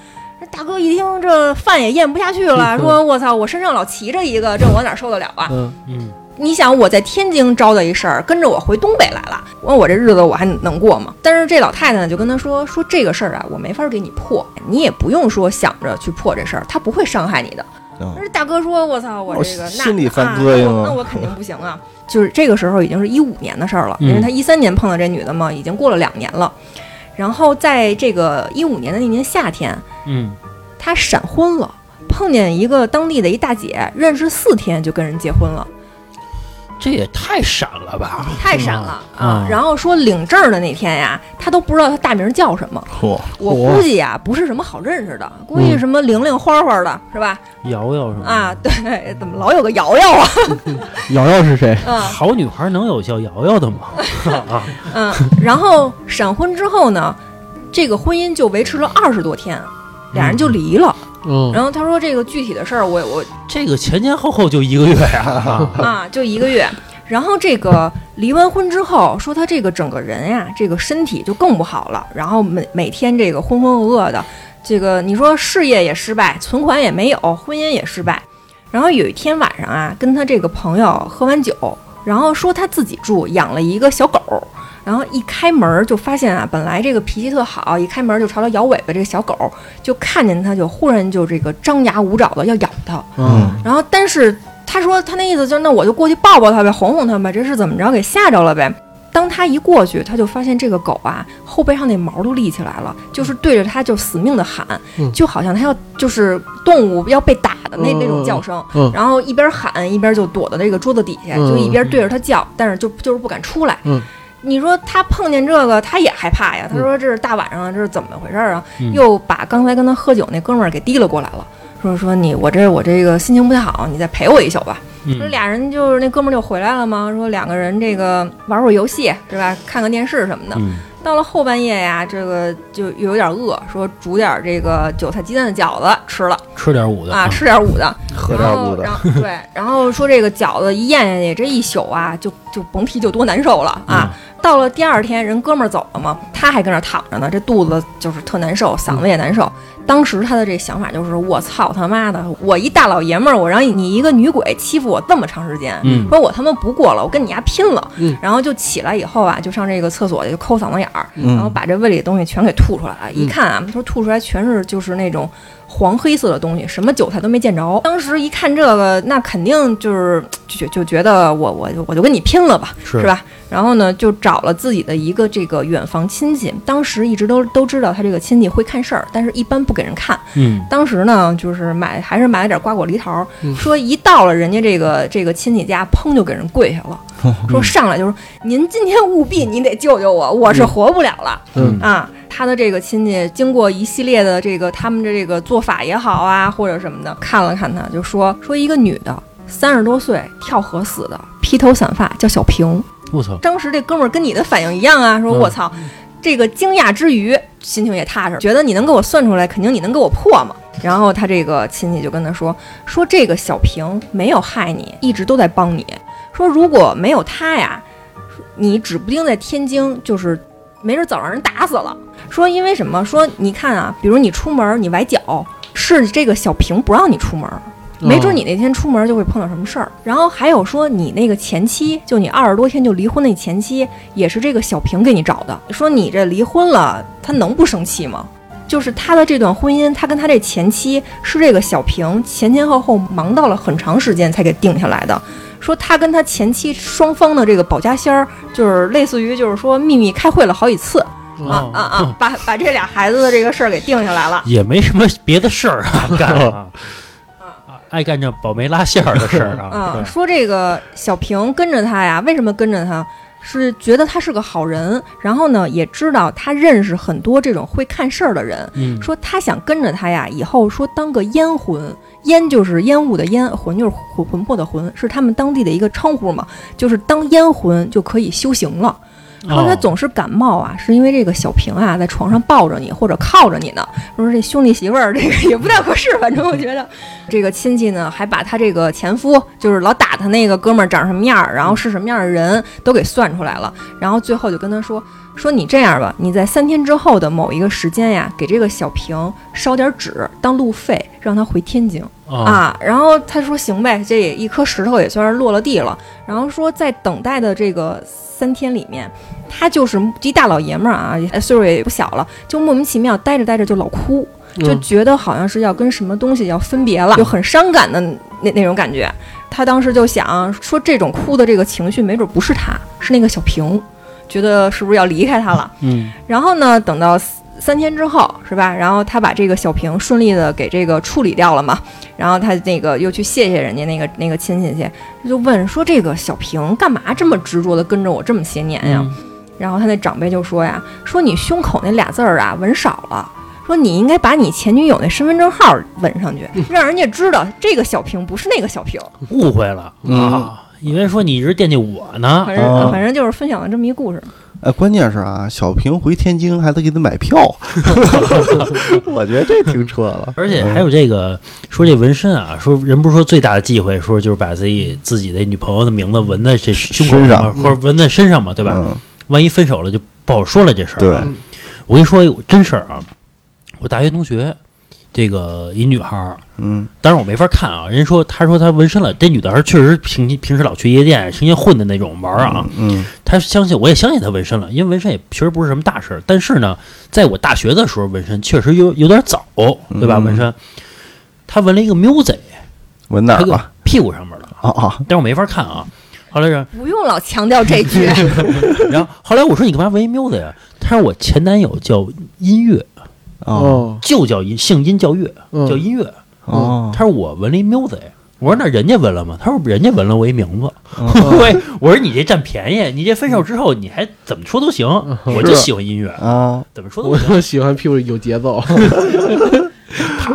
Speaker 4: 这大哥一听这饭也咽不下去了，
Speaker 2: 嗯
Speaker 4: 说我操，我身上老骑着一个，这我哪受得了啊？
Speaker 2: 嗯，
Speaker 1: 嗯
Speaker 4: 你想我在天津招的一事儿，跟着我回东北来了，问我这日子我还能过吗？但是这老太太呢，就跟他说说这个事儿啊，我没法给你破，你也不用说想着去破这事儿，他不会伤害你的。
Speaker 5: 嗯
Speaker 4: 但是大哥说，我操，我这个
Speaker 5: 我
Speaker 4: 那
Speaker 5: 心里犯膈应了
Speaker 4: 啊那我那我肯定不行啊。就是这个时候已经是一五年的事儿了，
Speaker 1: 嗯
Speaker 4: 因为他一三年碰到这女的嘛，已经过了两年了。然后在这个一五年的那年夏天，
Speaker 1: 嗯，
Speaker 4: 他闪婚了，碰见一个当地的一大姐，认识四天就跟人结婚了。
Speaker 1: 这也太闪了吧？
Speaker 4: 太闪了啊
Speaker 1: 啊！
Speaker 4: 然后说领证儿的那天呀，他都不知道他大名叫什么。
Speaker 5: 嚯，
Speaker 4: 我
Speaker 3: 嚯
Speaker 4: 估计呀，不是什么好认识的，估计
Speaker 1: 嗯
Speaker 4: 什么玲玲、花花的，是吧？
Speaker 1: 瑶瑶什么的
Speaker 4: 啊，， 对，怎么老有个瑶瑶啊？
Speaker 3: 瑶瑶是谁？
Speaker 4: 嗯
Speaker 1: 好女孩能有叫瑶瑶的吗？啊，
Speaker 4: 嗯。然后闪婚之后呢，这个婚姻就维持了二十多天，俩人就离了。
Speaker 2: 嗯，
Speaker 4: 然后他说这个具体的事儿，我我
Speaker 1: 这个前前后后就一个月呀、 啊
Speaker 4: 啊，就一个月。然后这个离完婚之后，说他这个整个人呀、这个身体就更不好了，然后每每天这个浑浑噩噩的，这个你说事业也失败，存款也没有，婚姻也失败。然后有一天晚上啊，跟他这个朋友喝完酒，然后说他自己住，养了一个小狗。然后一开门就发现啊，本来这个脾气特好，一开门就朝他摇尾巴，这个小狗就看见他就忽然就这个张牙舞爪的要咬他。
Speaker 2: 嗯，
Speaker 4: 然后，但是他说他那意思就是，那我就过去抱抱他呗，哄哄他呗，这是怎么着给吓着了呗。当他一过去，他就发现这个狗啊，后背上那毛都立起来了，就是对着他就死命的喊，
Speaker 2: 嗯
Speaker 4: 就好像他要就是动物要被打的那、
Speaker 2: 嗯
Speaker 4: 那种叫声，
Speaker 2: 嗯
Speaker 4: 然后一边喊一边就躲到那个桌子底下，
Speaker 2: 嗯
Speaker 4: 就一边对着他叫，但是就就是不敢出来。
Speaker 2: 嗯
Speaker 4: 你说他碰见这个，他也害怕呀。他说这是大晚上的，这是怎么回事儿啊？
Speaker 1: 嗯
Speaker 4: 又把刚才跟他喝酒那哥们儿给提了过来了，说说你我这我这个心情不太好，你再陪我一宿吧。说
Speaker 1: 嗯
Speaker 4: 俩人就是那哥们儿就回来了嘛，说两个人这个玩会儿游戏是吧？看看电视什么的。
Speaker 1: 嗯
Speaker 4: 到了后半夜呀，这个就有点饿，说煮点儿这个韭菜鸡蛋的饺子吃了
Speaker 1: 吃点五的
Speaker 4: 啊，吃点儿捂的。
Speaker 5: 喝
Speaker 4: 然
Speaker 5: 点
Speaker 4: 后，
Speaker 5: 不的
Speaker 4: 然，后对，然后说这个饺子一咽下去，这一宿啊，就就甭提就多难受了啊。到了第二天，人哥们儿走了嘛，他还跟那儿躺着呢，这肚子就是特难受，嗓子也难受。当时他的这想法就是：我操他妈的，我一大老爷们儿，我让你一个女鬼欺负我这么长时间，
Speaker 1: 嗯
Speaker 4: 说我他妈不过了，我跟你丫拼了。
Speaker 2: 嗯
Speaker 4: 然后就起来以后啊，就上这个厕所去就抠嗓子眼儿，
Speaker 5: 嗯
Speaker 4: 然后把这胃里的东西全给吐出来了。一看啊，说吐出来全是就是那种黄黑色的东西，什么韭菜都没见着。当时一看这个，那肯定就是就就就觉得我我就我就跟你拼了吧，
Speaker 1: 是
Speaker 4: 吧？然后呢，就找了自己的一个这个远房亲戚，当时一直都都知道他这个亲戚会看事儿，但是一般不给人看。
Speaker 1: 嗯，
Speaker 4: 当时呢，就是买还是买了点瓜果梨桃，说一到了人家这个这个亲戚家，砰就给人跪下了，说上来就说您今天务必你得救救我，我是活不了了、
Speaker 2: 嗯
Speaker 4: 啊！他的这个亲戚经过一系列的这个他们的这个做法也好啊，或者什么的，看了看他就说说一个女的三十多岁跳河死的，披头散发，叫小平。
Speaker 1: 我操，
Speaker 4: 当时这哥们儿跟你的反应一样啊，说
Speaker 1: 嗯
Speaker 4: 我操，这个惊讶之余，心情也踏实，觉得你能给我算出来，肯定你能给我破嘛。然后他这个亲戚就跟他说，说这个小平没有害你，一直都在帮你。说如果没有他呀，你指不定在天津就是没准早让人打死了。说因为什么？说你看啊，比如你出门你崴脚，是这个小平不让你出门，没准你那天出门就会碰到什么事儿。然后还有说你那个前妻，就你二十多天就离婚那前妻，也是这个小平给你找的。说你这离婚了，他能不生气吗？就是他的这段婚姻，他跟他这前妻是这个小平前前后后忙到了很长时间才给定下来的。说他跟他前妻双方的这个保家仙儿，就是类似于就是说秘密开会了好几次
Speaker 2: 嗯
Speaker 4: 啊
Speaker 1: 哦
Speaker 4: 啊 啊，把把这俩孩子的这个事儿给定下来了。
Speaker 1: 也没什么别的事儿啊，干啊，啊爱干这保媒拉线儿的事儿啊，
Speaker 4: 嗯，
Speaker 1: 对
Speaker 4: 说这个小平跟着他呀，为什么跟着他？是觉得他是个好人，然后呢，也知道他认识很多这种会看事儿的人。
Speaker 1: 嗯，
Speaker 4: 说他想跟着他呀，以后说当个烟魂，烟就是烟雾的烟，魂就是魂魂魄的魂，是他们当地的一个称呼嘛，就是当烟魂就可以修行了。说他
Speaker 1: 哦
Speaker 4: 总是感冒啊，是因为这个小平啊在床上抱着你或者靠着你呢。说这兄弟媳妇儿这个也 不太合适，反正我觉得这个亲戚呢还把他这个前夫，就是老打他那个哥们儿长什么样儿，然后是什么样儿的人都给算出来了，然后最后就跟他说说你这样吧，你在三天之后的某一个时间呀，给这个小平烧点纸当路费，让他回天津。
Speaker 1: 啊，
Speaker 4: 啊，然后他说行呗，这也一颗石头也算是落了地了。然后说在等待的这个三天里面，他就是一大老爷们儿啊，也岁数也不小了，就莫名其妙待着待着就老哭，就
Speaker 2: 嗯
Speaker 4: 觉得好像是要跟什么东西要分别了，就很伤感的那那种感觉。他当时就想说，这种哭的这个情绪，没准不是他，是那个小平，觉得是不是要离开他了？
Speaker 3: 嗯，
Speaker 4: 然后呢，等到三三天之后，是吧？然后他把这个小平顺利的给这个处理掉了嘛。然后他那个又去谢谢人家那个那个亲戚去，他就问说这个小平干嘛这么执着的跟着我这么些年呀？然后他那长辈就说呀，说你胸口那俩字儿啊纹少了。说你应该把你前女友那身份证号纹 上去，让人家知道这个小平不是那个小平。
Speaker 1: 误会了
Speaker 2: 哦
Speaker 1: 啊，以为说你一直惦记我呢
Speaker 4: 反，正、
Speaker 5: 哦
Speaker 4: 反正就是分享了这么一故事。
Speaker 5: 哎，关键是啊，小平回天津还得给他买票，我觉得这挺扯了。
Speaker 1: 而且还有这个说这纹身啊，说人不是说最大的忌讳，说就是把自己自己的女朋友的名字纹在这胸口
Speaker 5: 身上
Speaker 1: 嘛或者纹在身上嘛，对吧？
Speaker 5: 嗯，
Speaker 1: 万一分手了就不好说了这事儿。啊
Speaker 5: 对，
Speaker 1: 我跟你说有真事儿啊，我大学同学这个一女孩儿，
Speaker 5: 嗯，
Speaker 1: 当然我没法看啊，人家说她说她纹身了，这女的还是确实平平时老去夜店，成天混的那种玩儿啊，
Speaker 5: 嗯，
Speaker 1: 她相信我也相信她纹身了，因为纹身也确实不是什么大事儿。但是呢，在我大学的时候纹身确实有有点早，对吧？
Speaker 5: 嗯
Speaker 1: 纹身，她纹了一个 music，
Speaker 5: 闻哪
Speaker 1: 她
Speaker 5: 儿
Speaker 1: 给我
Speaker 5: 了？
Speaker 1: 屁股上面了，
Speaker 5: 啊啊，
Speaker 1: 但是我没法看啊。后来是，
Speaker 4: 不用老强调这句，
Speaker 1: 然后后来我说你干嘛纹一 music 呀？她说我前男友叫音乐，
Speaker 5: 哦
Speaker 2: 哦
Speaker 1: 就叫音，姓音叫乐，叫
Speaker 2: 嗯
Speaker 1: 音乐。
Speaker 5: 哦，
Speaker 1: 他说我纹了一 music，我说那人家纹了吗？他说人家纹了我一名字。
Speaker 5: 嗯
Speaker 1: 对，我说你这占便宜，你这分手之后你还怎么说都行，我就是喜欢音乐，
Speaker 5: 啊，
Speaker 1: 怎么说都
Speaker 2: 我
Speaker 1: 行，
Speaker 2: 就喜欢屁股有节奏，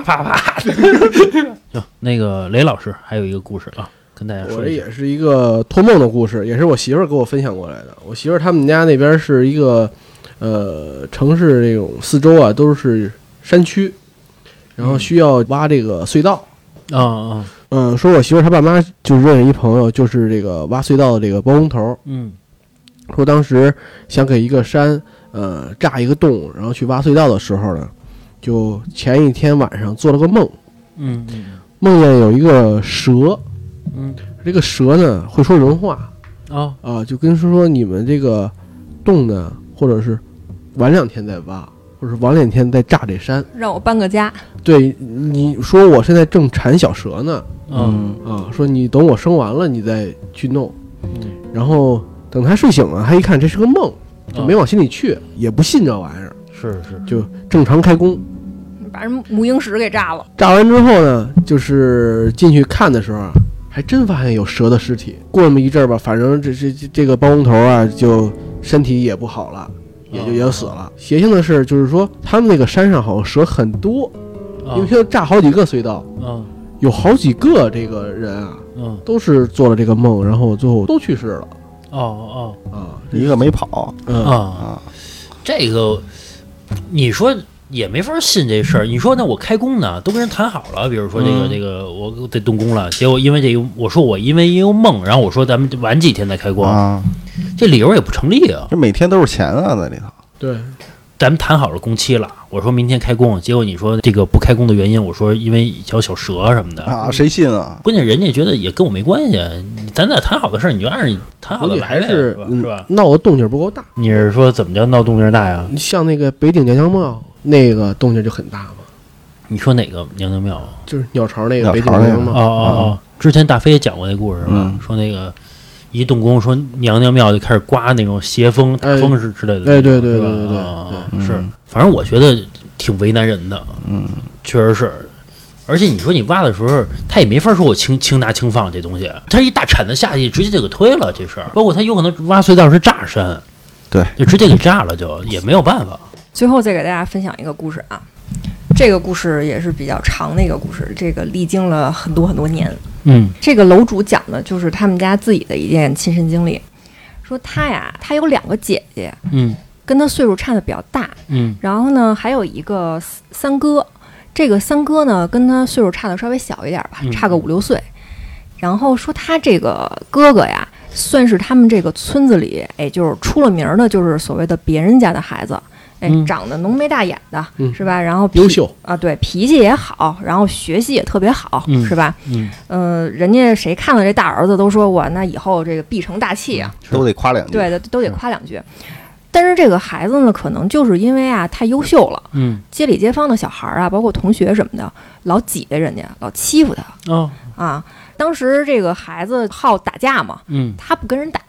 Speaker 1: 啪啪啪。行，那个雷老师还有一个故事啊，跟大家
Speaker 2: 我
Speaker 1: 说
Speaker 2: 这
Speaker 1: 一下。
Speaker 2: 也是一个托梦的故事，也是我媳妇儿给我分享过来的。我媳妇儿他们家那边是一个呃城市那种四周啊都是山区，然后需要挖这个隧道。
Speaker 1: 啊啊，
Speaker 2: 嗯，说我媳妇儿她爸妈就认识一朋友，就是这个挖隧道的这个包工头儿，
Speaker 1: 嗯
Speaker 2: 说当时想给一个山呃炸一个洞，然后去挖隧道的时候呢，就前一天晚上做了个梦，
Speaker 1: 嗯嗯
Speaker 2: 梦见有一个蛇，
Speaker 1: 嗯
Speaker 2: 这个蛇呢会说人话。
Speaker 1: 啊
Speaker 2: 啊，就跟说说你们这个洞呢，或者是晚两天再挖，或者是晚两天再炸这山。
Speaker 4: 让我搬个家。
Speaker 2: 对，你说我现在正缠小蛇呢，
Speaker 1: 嗯
Speaker 2: 啊，说你等我生完了你再去弄。然后等他睡醒了，他一看这是个梦，就没
Speaker 1: 有，
Speaker 2: 往心里去，也不信这玩意儿，
Speaker 1: 是是，
Speaker 2: 就正常开工。
Speaker 4: 把人母婴室给炸了。
Speaker 2: 炸完之后呢，就是进去看的时候啊，还真发现有蛇的尸体。过那么一阵儿吧，反正这这这这个包工头啊，就身体也不好了，也
Speaker 5: 啊
Speaker 2: 就也死了。邪性的是，就是说他们那个山上好像蛇很多，
Speaker 5: 啊
Speaker 2: 因为
Speaker 1: 嗯
Speaker 2: 他炸好几个隧道，
Speaker 1: 嗯
Speaker 2: 有好几个这个人啊，
Speaker 1: 嗯，
Speaker 2: 都是做了这个梦，然后最后都去世了
Speaker 1: 哦哦
Speaker 2: 啊。
Speaker 5: 一个没跑
Speaker 2: 嗯
Speaker 1: 哦啊，
Speaker 5: 啊，
Speaker 1: 这个你说。也没法信这事儿。你说那我开工呢，都跟人谈好了，比如说这个、
Speaker 2: 嗯
Speaker 1: 这个我得动工了，结果因为这个，我说我因为一个梦，然后我说咱们晚几天再开工，
Speaker 5: 啊，
Speaker 1: 这理由也不成立啊。
Speaker 5: 这每天都是钱啊，在里头。
Speaker 2: 对，
Speaker 1: 咱们谈好了工期了，我说明天开工，结果你说这个不开工的原因，我说因为一条小蛇什么的。
Speaker 5: 啊，谁信啊？
Speaker 1: 关键人家觉得也跟我没关系，你咱俩谈好的事儿，你就按着谈好
Speaker 2: 估
Speaker 1: 的
Speaker 2: 计
Speaker 1: 来
Speaker 2: 还
Speaker 1: 呗，
Speaker 2: 是
Speaker 1: 吧？
Speaker 2: 嗯
Speaker 1: 是吧？
Speaker 2: 闹的动静不够大。
Speaker 1: 你是说怎么叫闹动静大呀？
Speaker 2: 你像那个北顶娘娘庙那个动静就很大嘛，
Speaker 1: 你说哪个娘娘庙啊？
Speaker 2: 就是鸟巢那
Speaker 5: 鸟
Speaker 2: 个北顶
Speaker 5: 巢那
Speaker 2: 娘
Speaker 5: 个
Speaker 1: 哦
Speaker 2: 娘庙。
Speaker 1: 哦哦，之前大飞也讲过那故事嘛，
Speaker 5: 嗯
Speaker 1: 说那个一动工，说娘娘庙就开始刮那种邪风、大
Speaker 2: 哎
Speaker 1: 风之之类的那种。
Speaker 2: 哎对对
Speaker 1: 是吧
Speaker 2: 对对对
Speaker 1: 啊
Speaker 5: 对
Speaker 1: 是
Speaker 5: 嗯，
Speaker 1: 反正我觉得挺为难人的。
Speaker 5: 嗯，
Speaker 1: 确实是。而且你说你挖的时候，他也没法说我轻轻拿轻放这东西，他一大铲子下去，直接就给推了这事儿。包括他有可能挖隧道是炸山，
Speaker 5: 对，
Speaker 1: 就直接给炸了就，也没有办法。
Speaker 4: 最后再给大家分享一个故事啊，这个故事也是比较长的一个故事，这个历经了很多很多年。
Speaker 1: 嗯
Speaker 4: 这个楼主讲的就是他们家自己的一件亲身经历，说他呀，他有两个姐姐，
Speaker 1: 嗯
Speaker 4: 跟他岁数差的比较大，
Speaker 1: 嗯
Speaker 4: 然后呢，还有一个三三哥，这个三哥呢跟他岁数差的稍微小一点吧
Speaker 1: 嗯，
Speaker 4: 差个五六岁。然后说他这个哥哥呀，算是他们这个村子里，哎，就是出了名儿的，就是所谓的别人家的孩子，哎，
Speaker 1: 嗯
Speaker 4: 长得浓眉大眼的，
Speaker 2: 嗯
Speaker 4: 是吧？然后脾
Speaker 2: 优秀，
Speaker 4: 啊，对，脾气也好，然后学习也特别好，
Speaker 1: 嗯
Speaker 4: 是吧？
Speaker 1: 嗯，
Speaker 4: 嗯，人家谁看了这大儿子都说我那以后这个必成大器啊，
Speaker 5: 都得夸两句。
Speaker 4: 对的，都得夸两句。但是这个孩子呢，可能就是因为啊太优秀了，
Speaker 1: 嗯
Speaker 4: 街里街坊的小孩儿啊，包括同学什么的，老挤兑人家，老欺负他
Speaker 1: 哦
Speaker 4: 啊。当时这个孩子好打架嘛，
Speaker 1: 嗯，
Speaker 4: 他不跟人打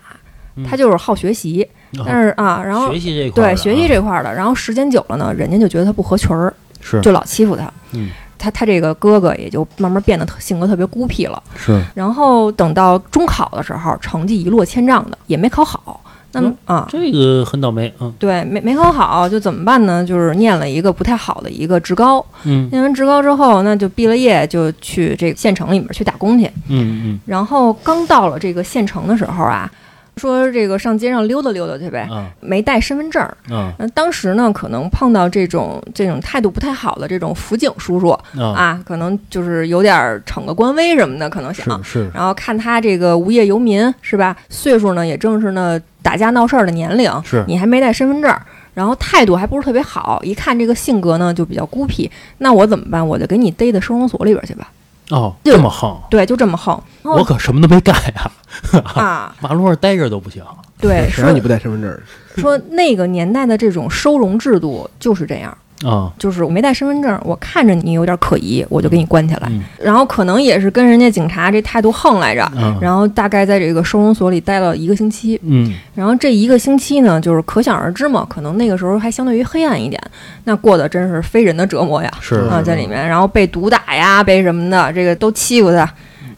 Speaker 1: 嗯，哦
Speaker 4: 他就是好学习，但是啊，然后
Speaker 1: 学习这一块儿的啊，
Speaker 4: 对学习这块儿的，然后时间久了呢，人家就觉得他不合群儿，
Speaker 1: 是
Speaker 4: 就老欺负他。
Speaker 1: 嗯
Speaker 4: 他他这个哥哥也就慢慢变得特性格特别孤僻了。
Speaker 1: 是
Speaker 4: 然后等到中考的时候，成绩一落千丈的，也没考好。那
Speaker 1: 嗯
Speaker 4: 么啊，
Speaker 1: 这个很倒霉，嗯
Speaker 4: 对，没没考好就怎么办呢？就是念了一个不太好的一个职高，
Speaker 1: 嗯
Speaker 4: 念完职高之后，那就毕了业就去这个县城里面去打工去。
Speaker 1: 嗯
Speaker 4: 然后刚到了这个县城的时候啊，说这个上街上溜达溜达去呗
Speaker 1: 嗯，啊
Speaker 4: 没带身份证儿。
Speaker 1: 啊
Speaker 4: 那当时呢，可能碰到这种这种态度不太好的这种辅警叔叔
Speaker 1: 啊，
Speaker 4: 啊，可能就是有点儿逞个官威什么的，可能想
Speaker 1: 是。是
Speaker 4: 然后看他这个无业游民是吧？岁数呢也正是呢打架闹事儿的年龄，
Speaker 1: 是
Speaker 4: 你还没带身份证儿，然后态度还不是特别好，一看这个性格呢就比较孤僻，那我怎么办？我就给你逮到收容所里边去吧。
Speaker 1: 哦，这么横，
Speaker 4: 对，就这么横。然
Speaker 1: 我
Speaker 4: 后
Speaker 1: 可什么都没干呀，
Speaker 4: 啊，
Speaker 1: 马路上待着都不行。
Speaker 4: 对，
Speaker 2: 谁让你
Speaker 4: 哎说
Speaker 2: 不带身份证儿？
Speaker 4: 说那个年代的这种收容制度就是这样。
Speaker 1: 啊，
Speaker 4: 就是我没带身份证，我看着你有点可疑，我就给你关起来。
Speaker 1: 嗯
Speaker 4: 然后可能也是跟人家警察这态度横来着，
Speaker 1: 嗯
Speaker 4: 然后大概在这个收容所里待了一个星期。
Speaker 1: 嗯
Speaker 4: 然后这一个星期呢，就是可想而知嘛，可能那个时候还相对于黑暗一点，那过得真是非人的折磨呀
Speaker 1: 是
Speaker 4: 啊，
Speaker 2: 嗯
Speaker 4: 在里面，然后被毒打呀，被什么的，这个都欺负他。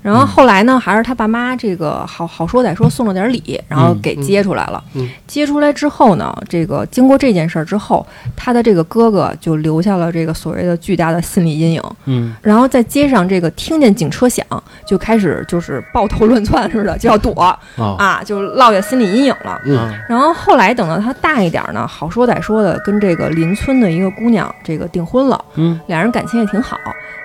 Speaker 4: 然后后来呢，还是他爸妈这个好好说歹说送了点礼，然后给接出来了。
Speaker 2: 嗯嗯
Speaker 4: 接出来之后呢，这个经过这件事儿之后，他的这个哥哥就留下了这个所谓的巨大的心理阴影。
Speaker 1: 嗯
Speaker 4: 然后在街上这个听见警车响，就开始就是抱头乱窜似的，就要躲
Speaker 2: 哦
Speaker 1: 啊
Speaker 4: 啊，就落下心理阴影了。
Speaker 2: 嗯，
Speaker 4: 然后后来等到他大一点儿呢，好说歹说的跟这个邻村的一个姑娘这个订婚了，
Speaker 1: 嗯
Speaker 4: 俩人感情也挺好。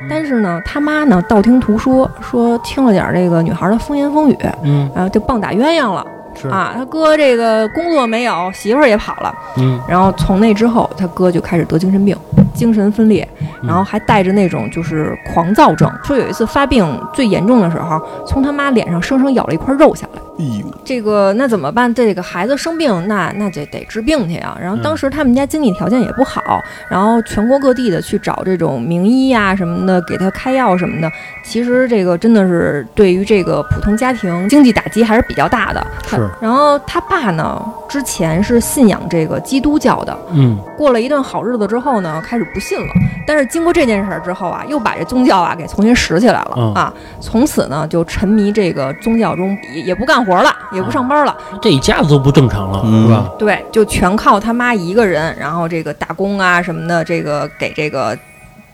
Speaker 4: 但是呢，他妈呢道听途说，说听了点儿这个女孩的风言风语，
Speaker 1: 嗯
Speaker 4: 啊，就棒打鸳鸯了
Speaker 1: 是
Speaker 4: 啊。他哥这个工作没有，媳妇儿也跑了。
Speaker 1: 嗯
Speaker 4: 然后从那之后，他哥就开始得精神病，精神分裂，
Speaker 1: 嗯
Speaker 4: 然后还带着那种就是狂躁症。说有一次发病最严重的时候，从他妈脸上生生咬了一块肉下来，
Speaker 5: 哎呦，
Speaker 4: 这个那怎么办？这个孩子生病，那那就得治病去啊。然后当时他们家经济条件也不好，然后全国各地的去找这种名医啊什么的，给他开药什么的。其实这个真的是对于这个普通家庭经济打击还是比较大的。他
Speaker 1: 是
Speaker 4: 然后他爸呢，之前是信仰这个基督教的，
Speaker 1: 嗯，
Speaker 4: 过了一段好日子之后呢，开始不信了。但是经过这件事儿之后啊，又把这宗教啊给重新拾起来了、
Speaker 1: 嗯
Speaker 4: 啊。从此呢，就沉迷这个宗教中，也也不干活了，也不上班了。
Speaker 1: 这一家子都不正常了，
Speaker 5: 嗯
Speaker 1: 是吧？
Speaker 4: 对，就全靠他妈一个人，然后这个打工啊什么的，这个给这个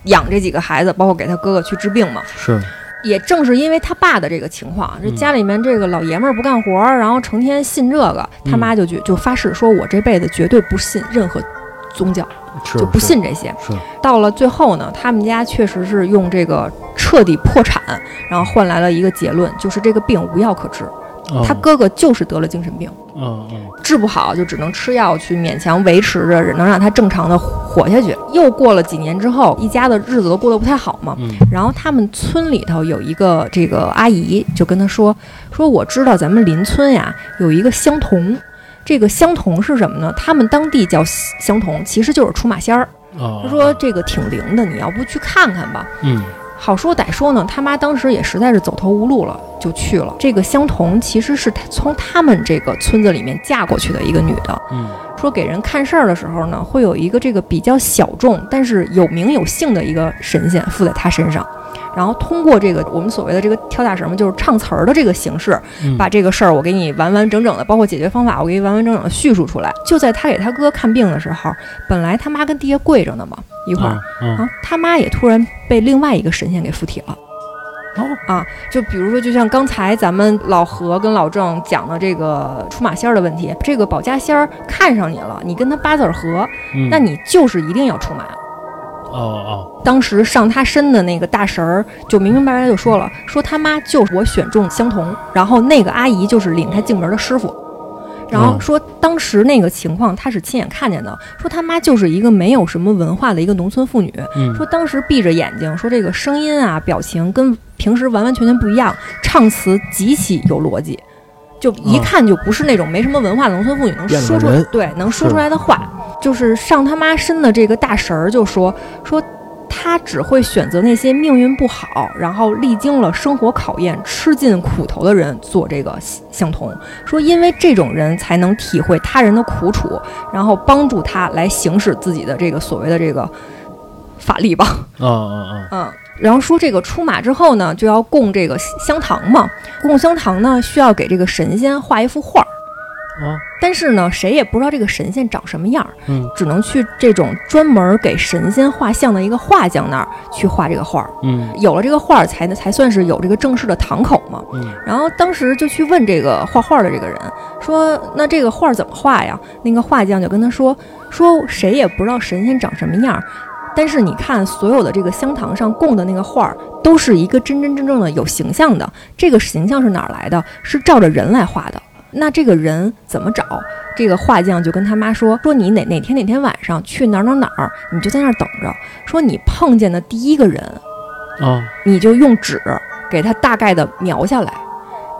Speaker 4: 养这几个孩子，包括给他哥哥去治病嘛。
Speaker 1: 是，
Speaker 4: 也正是因为他爸的这个情况，这
Speaker 1: 嗯
Speaker 4: 家里面这个老爷们儿不干活儿，然后成天信这个，他妈就觉就发誓说，我这辈子绝对不信任何宗教，
Speaker 1: 是
Speaker 4: 就不。信这些。
Speaker 1: 是是
Speaker 4: 到了最后呢，他们家确实是用这个彻底破产，然后换来了一个结论，就是这个病无药可治。
Speaker 1: 哦
Speaker 4: 他哥哥就是得了精神病，
Speaker 1: 哦哦，
Speaker 4: 治不好就只能吃药去勉强维持着，能让他正常的活下去。又过了几年之后，一家的日子都过得不太好嘛。
Speaker 1: 嗯
Speaker 4: 然后他们村里头有一个这个阿姨就跟他说，说我知道咱们邻村呀有一个乡童，这个乡童是什么呢？他们当地叫乡童，其实就是出马仙儿。
Speaker 1: 哦，
Speaker 4: 他说这个挺灵的，你要不去看看吧？
Speaker 1: 嗯
Speaker 4: 好说歹说呢，他妈当时也实在是走投无路了，就去了。这个相同其实是他从他们这个村子里面嫁过去的一个女的，
Speaker 1: 嗯
Speaker 4: 说给人看事儿的时候呢，会有一个这个比较小众但是有名有姓的一个神仙附在她身上，然后通过这个我们所谓的这个跳大绳嘛，就是唱词儿的这个形式，
Speaker 1: 嗯，
Speaker 4: 把这个事儿我给你完完整整的，包括解决方法，我给你完完整整的叙述出来。就在他给他哥看病的时候，本来他妈跟地下跪着呢嘛，一
Speaker 1: 一
Speaker 4: 会儿。
Speaker 1: 嗯
Speaker 4: 啊，他妈也突然被另外一个神仙给附体了。
Speaker 1: 哦
Speaker 4: 啊，就比如说，就像刚才咱们老何跟老郑讲的这个出马仙儿的问题，这个保家仙儿看上你了，你跟他八字儿合，
Speaker 1: 嗯，
Speaker 4: 那你就是一定要出马。
Speaker 1: 哦哦，
Speaker 4: 当时上他身的那个大神儿就明明白白就说了，说他妈就是我选中相同，然后那个阿姨就是领他进门的师傅，然后
Speaker 1: 嗯
Speaker 4: 说当时那个情况他是亲眼看见的，说他妈就是一个没有什么文化的一个农村妇女，
Speaker 1: 嗯
Speaker 4: 说当时闭着眼睛，说这个声音啊、表情跟平时完完全全不一样，唱词极其有逻辑，就一
Speaker 1: 啊
Speaker 4: 看就不是那种没什么文化的农村妇女能
Speaker 2: 变了
Speaker 4: 说
Speaker 2: 个
Speaker 4: 出
Speaker 2: 人
Speaker 4: 对能说出来的话。就是上他妈身的这个大神儿就说说。他只会选择那些命运不好，然后历经了生活考验、吃尽苦头的人做这个相同。说因为这种人才能体会他人的苦楚，然后帮助他来行使自己的这个所谓的这个法力吧。
Speaker 1: 哦哦
Speaker 4: 嗯，然后说这个出马之后呢，就要供这个香堂嘛，供香堂呢需要给这个神仙画一幅画儿。
Speaker 1: 哦
Speaker 4: 但是呢，谁也不知道这个神仙长什么样儿，
Speaker 1: 嗯
Speaker 4: 只能去这种专门给神仙画像的一个画匠那儿去画这个画儿。
Speaker 1: 嗯
Speaker 4: 有了这个画儿，才才算是有这个正式的堂口嘛。
Speaker 1: 嗯
Speaker 4: 然后当时就去问这个画画的这个人，说：“那这个画怎么画呀？”那个画匠就跟他说：“说谁也不知道神仙长什么样儿，但是你看所有的这个香堂上供的那个画儿，都是一个真真正正的有形象的。这个形象是哪儿来的？是照着人来画的。那这个人怎么找？”这个画匠就跟他妈说：“说你哪哪天哪天晚上去哪儿哪儿哪儿，你就在那儿等着。说你碰见的第一个人，
Speaker 1: 哦
Speaker 4: 你就用纸给它大概的描下来，